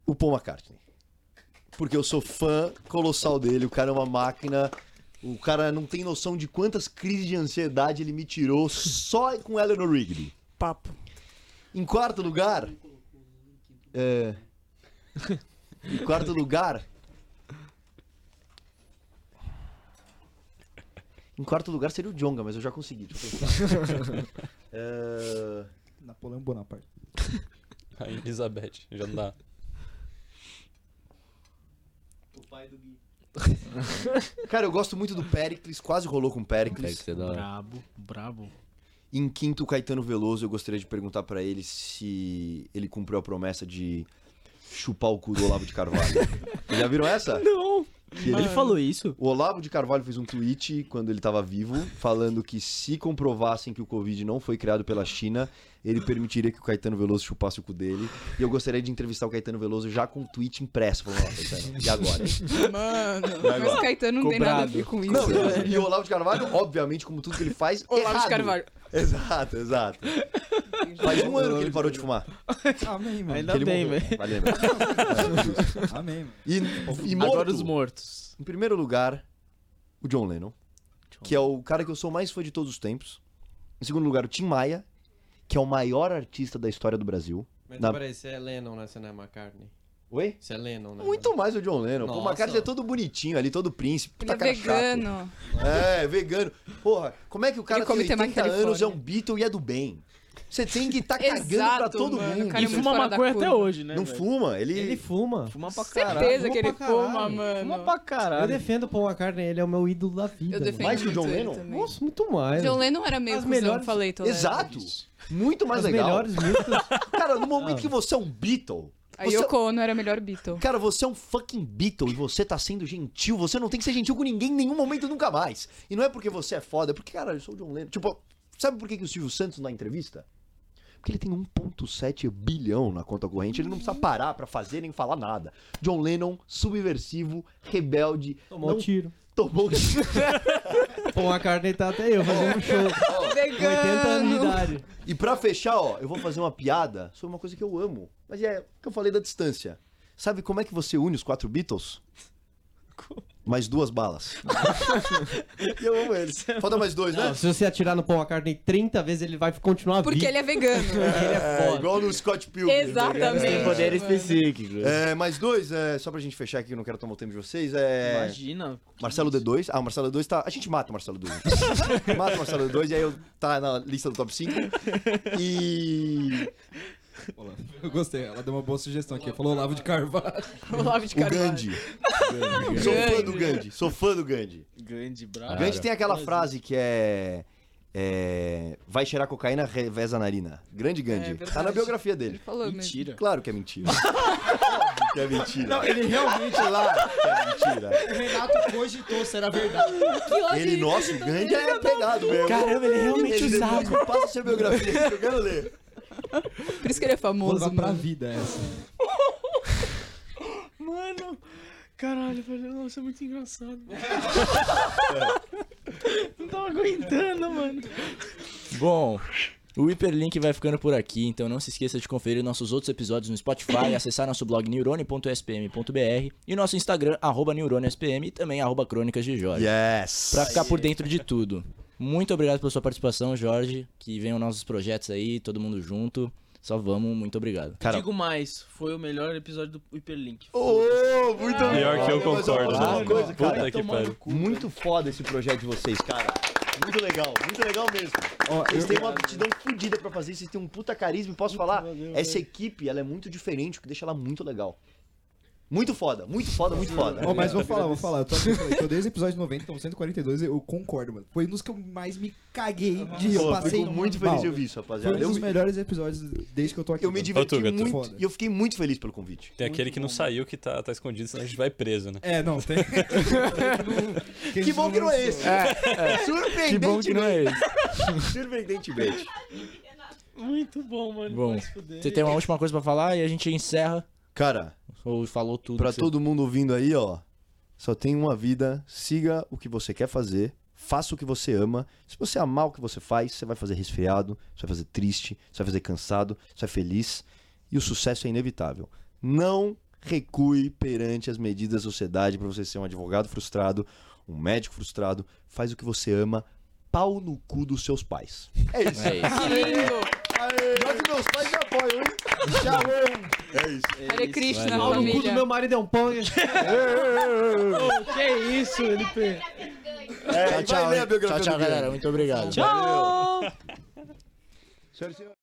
Speaker 5: O Paul McCartney. Porque eu sou fã colossal dele, o cara é uma máquina. O cara não tem noção de quantas crises de ansiedade ele me tirou só com Eleanor Rigby. Papo. Em quarto lugar. É... em quarto lugar. Em quarto lugar seria o Jonga, mas eu já consegui. Deixa eu pensar. É,
Speaker 6: Napoleão Bonaparte.
Speaker 2: A Elizabeth, já não dá.
Speaker 5: Cara, eu gosto muito do Pericles, quase rolou com o
Speaker 1: Pega que
Speaker 5: Pericles.
Speaker 1: você dá-
Speaker 4: Brabo, brabo.
Speaker 5: Em quinto, o Caetano Veloso, eu gostaria de perguntar pra ele se ele cumpriu a promessa de chupar o cu do Olavo de Carvalho. já viram essa?
Speaker 4: Não!
Speaker 5: Que ele-
Speaker 4: Ele falou isso?
Speaker 5: O Olavo de Carvalho fez um tweet quando ele estava vivo, falando que se comprovassem que o Covid não foi criado pela China, ele permitiria que o Caetano Veloso chupasse o cu dele. E eu gostaria de entrevistar o Caetano Veloso já com o tweet impresso. Falando, "Ó, Caetano, e agora?
Speaker 3: Mano,
Speaker 5: Vai
Speaker 3: mas o Caetano não tem nada a ver com isso.
Speaker 5: Não, é. e o Olavo de Carvalho, obviamente, como tudo que ele faz,
Speaker 3: Olavo
Speaker 5: errado.
Speaker 3: de Carvalho.
Speaker 5: Exato, exato. Faz um ano que ele parou de fumar.
Speaker 6: Amém, mano.
Speaker 4: Ainda
Speaker 5: que ele
Speaker 4: bem,
Speaker 5: morreu.
Speaker 4: velho.
Speaker 5: Valeu, velho.
Speaker 6: Amém, mano.
Speaker 5: E, e morto,
Speaker 4: Agora os mortos.
Speaker 5: em primeiro lugar, o John Lennon, que é o cara que eu sou mais fã de todos os tempos. Em segundo lugar, o Tim Maia, que é o maior artista da história do Brasil.
Speaker 8: Mas
Speaker 5: Na-
Speaker 8: peraí, você é Lennon, né? Você não é McCartney.
Speaker 5: Oi?
Speaker 8: Você é Lennon, né?
Speaker 5: Muito mais o John Lennon. Pô, o
Speaker 8: Nossa.
Speaker 5: McCartney é todo bonitinho ali, todo príncipe.
Speaker 3: Ele
Speaker 5: puta
Speaker 3: é
Speaker 5: tá cara chato.
Speaker 3: vegano.
Speaker 5: É, vegano. Porra, como é que o cara
Speaker 3: Ele
Speaker 5: tem
Speaker 3: come
Speaker 5: 80
Speaker 3: temaki Califórnia.
Speaker 5: anos, é um Beatle e é do bem? Você tem que estar tá cagando pra
Speaker 3: Exato,
Speaker 5: todo
Speaker 3: mano,
Speaker 5: mundo.
Speaker 3: o cara é
Speaker 4: E
Speaker 5: Isso
Speaker 3: muito
Speaker 4: fuma
Speaker 3: fora da
Speaker 4: maconha até
Speaker 3: curva.
Speaker 4: hoje, né?
Speaker 5: Não
Speaker 4: velho?
Speaker 5: fuma, ele...
Speaker 8: Ele fuma.
Speaker 4: Fuma pra caralho.
Speaker 3: Certeza que ele fuma, mano.
Speaker 4: Fuma pra
Speaker 8: Eu
Speaker 4: caralho.
Speaker 8: defendo o Paul McCartney, ele é o meu ídolo da vida.
Speaker 3: Eu
Speaker 8: mano.
Speaker 3: defendo
Speaker 5: Mais que o John
Speaker 3: muito ele
Speaker 5: Lennon?
Speaker 3: também.
Speaker 8: Nossa, muito mais.
Speaker 3: John Lennon é era meio
Speaker 8: As
Speaker 3: cuzão,
Speaker 8: melhores-
Speaker 3: falei, tô
Speaker 5: Exato. Muito mais
Speaker 8: As
Speaker 5: legal.
Speaker 8: melhores músicas.
Speaker 5: Cara, no momento que você é um Beatle...
Speaker 3: A
Speaker 5: você-
Speaker 3: Yoko Ono era a melhor Beatle.
Speaker 5: Cara, você é um fucking Beatle e você tá sendo gentil. Você não tem que ser gentil com ninguém em nenhum momento nunca mais. E não é porque você é foda, é porque, cara, eu sou o John Lennon. Tipo, sabe por que, que o Silvio Santos não dá entrevista? Porque ele tem 1,7 bilhão na conta corrente, ele não precisa parar pra fazer nem falar nada. John Lennon, subversivo, rebelde,
Speaker 8: Tomou
Speaker 5: não
Speaker 8: tiro.
Speaker 5: tomou.
Speaker 8: Paul McCartney tá até eu fazendo um show. Com 80 anos de idade.
Speaker 5: e pra fechar, ó, eu vou fazer uma piada sobre uma coisa que eu amo, mas é o que eu falei da distância. Sabe como é que você une os quatro Beatles? Mais duas balas. e eu amo eles. Falta mais dois, né?
Speaker 8: Não, se você atirar no Paul McCartney 30 vezes, ele vai continuar
Speaker 3: Porque
Speaker 8: vivo.
Speaker 3: ele é vegano.
Speaker 8: Ele é
Speaker 5: É,
Speaker 8: foda.
Speaker 5: igual no Scott Pilgrim. tá
Speaker 3: Exatamente.
Speaker 5: ligado?
Speaker 4: Tem poderes
Speaker 3: mano.
Speaker 4: psíquicos.
Speaker 5: É, mais dois, é, só pra gente fechar aqui, que eu não quero tomar o tempo de vocês. É.
Speaker 4: Imagina.
Speaker 5: Marcelo D2. Ah, o Marcelo D2 tá. A gente mata o Marcelo D2. mata o Marcelo D2 e aí eu tá na lista do top 5. E.
Speaker 6: Eu gostei, ela deu uma boa sugestão aqui. Falou Olavo de Carvalho.
Speaker 3: Olavo de
Speaker 5: O
Speaker 3: Carvalho.
Speaker 5: Gandhi. Sou fã do Gandhi. Sou fã do Gandhi.
Speaker 4: Grande,
Speaker 5: O
Speaker 4: bravo.
Speaker 5: Gandhi tem aquela frase que é. é, vai cheirar cocaína, reveza a narina. Grande Gandhi. tá na
Speaker 3: verdade.
Speaker 5: biografia dele.
Speaker 3: Falou mesmo.
Speaker 4: Mentira.
Speaker 5: Claro que é mentira. Óbvio que é mentira. Não, ele realmente lá. É mentira.
Speaker 6: O Renato cogitou, será verdade.
Speaker 5: Ele, nossa, o Gandhi é pegado mesmo.
Speaker 4: Caramba, ele realmente
Speaker 1: é
Speaker 5: Ele é
Speaker 4: usava.
Speaker 5: depois me Passa sua biografia, que eu quero ler.
Speaker 3: Por isso que ele é
Speaker 6: Vou
Speaker 3: famoso,
Speaker 6: levar pra
Speaker 3: mano.
Speaker 6: vida essa.
Speaker 4: Mano, caralho, velho. Nossa, é muito engraçado. Não tava aguentando, mano.
Speaker 1: Bom, o Hiperlink vai ficando por aqui, então não se esqueça de conferir nossos outros episódios no Spotify, acessar nosso blog neurone.spm.br e nosso Instagram, arroba neurone.spm e também arroba crônicas de Jorge.
Speaker 5: Yes.
Speaker 1: Pra ficar por dentro de tudo. Muito obrigado pela sua participação, Jorge. Que venham nossos projetos aí, todo mundo junto. Só vamos, muito obrigado.
Speaker 5: Cara-
Speaker 4: Digo mais, foi o melhor episódio do Hiperlink.
Speaker 5: Ô, muito
Speaker 2: Pior que eu
Speaker 5: Mas, ó,
Speaker 2: concordo, né?
Speaker 5: vou falar
Speaker 2: mano.
Speaker 5: uma coisa,
Speaker 2: Puta
Speaker 5: cara.
Speaker 2: que pariu.
Speaker 5: Muito foda esse projeto de vocês, cara. Muito legal, muito legal mesmo.
Speaker 6: Ó,
Speaker 5: Vocês têm uma aptidão fodida pra fazer, vocês têm um puta carisma e posso falar, essa equipe, ela é muito diferente, o que deixa ela muito legal. Muito foda, muito foda, muito foda.
Speaker 6: Ó, mas vou falar, vou falar. Eu, tô aqui, eu falei, eu dei os episódios 90, então 142, eu concordo, mano. Foi nos que eu mais me caguei de. um Eu
Speaker 5: Pô,
Speaker 6: passei
Speaker 5: fico muito feliz de
Speaker 6: mal.
Speaker 5: ouvir isso,
Speaker 6: Foi
Speaker 5: rapaziada.
Speaker 6: um
Speaker 5: Eu,
Speaker 6: dos melhores episódios desde que eu tô aqui.
Speaker 5: eu me
Speaker 6: mano.
Speaker 5: diverti
Speaker 2: Ô, Tuga, tu-
Speaker 5: muito
Speaker 6: é Foda.
Speaker 5: e eu fiquei muito feliz pelo convite.
Speaker 2: Tem aquele que não
Speaker 6: bom.
Speaker 2: saiu que tá, tá escondido, senão a gente vai preso, né?
Speaker 6: É, não, tem.
Speaker 5: Que bom que não é esse.
Speaker 1: Que bom que não
Speaker 5: Surpreendentemente.
Speaker 1: é isso.
Speaker 5: Surpreendentemente.
Speaker 4: Muito bom, mano.
Speaker 1: Bom,
Speaker 4: vai se fuder.
Speaker 1: Você tem uma última coisa pra falar e a gente encerra.
Speaker 5: Cara,
Speaker 1: Ou falou tudo.
Speaker 5: Pra
Speaker 1: que você-
Speaker 5: todo mundo ouvindo aí, ó. Só tem uma vida, siga o que você quer fazer, faça o que você ama. Se você amar o que você faz, você vai fazer resfriado, você vai fazer triste, você vai fazer cansado, você vai feliz. E o sucesso é inevitável. Não recue perante as medidas da sociedade pra você ser um advogado frustrado, um médico frustrado. Faz o que você ama, pau no cu dos seus pais. É isso.
Speaker 1: É isso.
Speaker 3: Que lindo.
Speaker 5: Já que meus pais me apoiam, hein? Shalom! É isso.
Speaker 3: Hare Krishna,
Speaker 1: valeu.
Speaker 8: O cu do
Speaker 3: família.
Speaker 8: meu marido é um pão.
Speaker 4: Ô, que isso, LP.
Speaker 5: É,
Speaker 1: Tchau,
Speaker 5: vai ler a
Speaker 1: tchau, tchau,
Speaker 5: biografia do Guilherme.
Speaker 1: galera. Muito obrigado.
Speaker 5: Senhoras e senhores,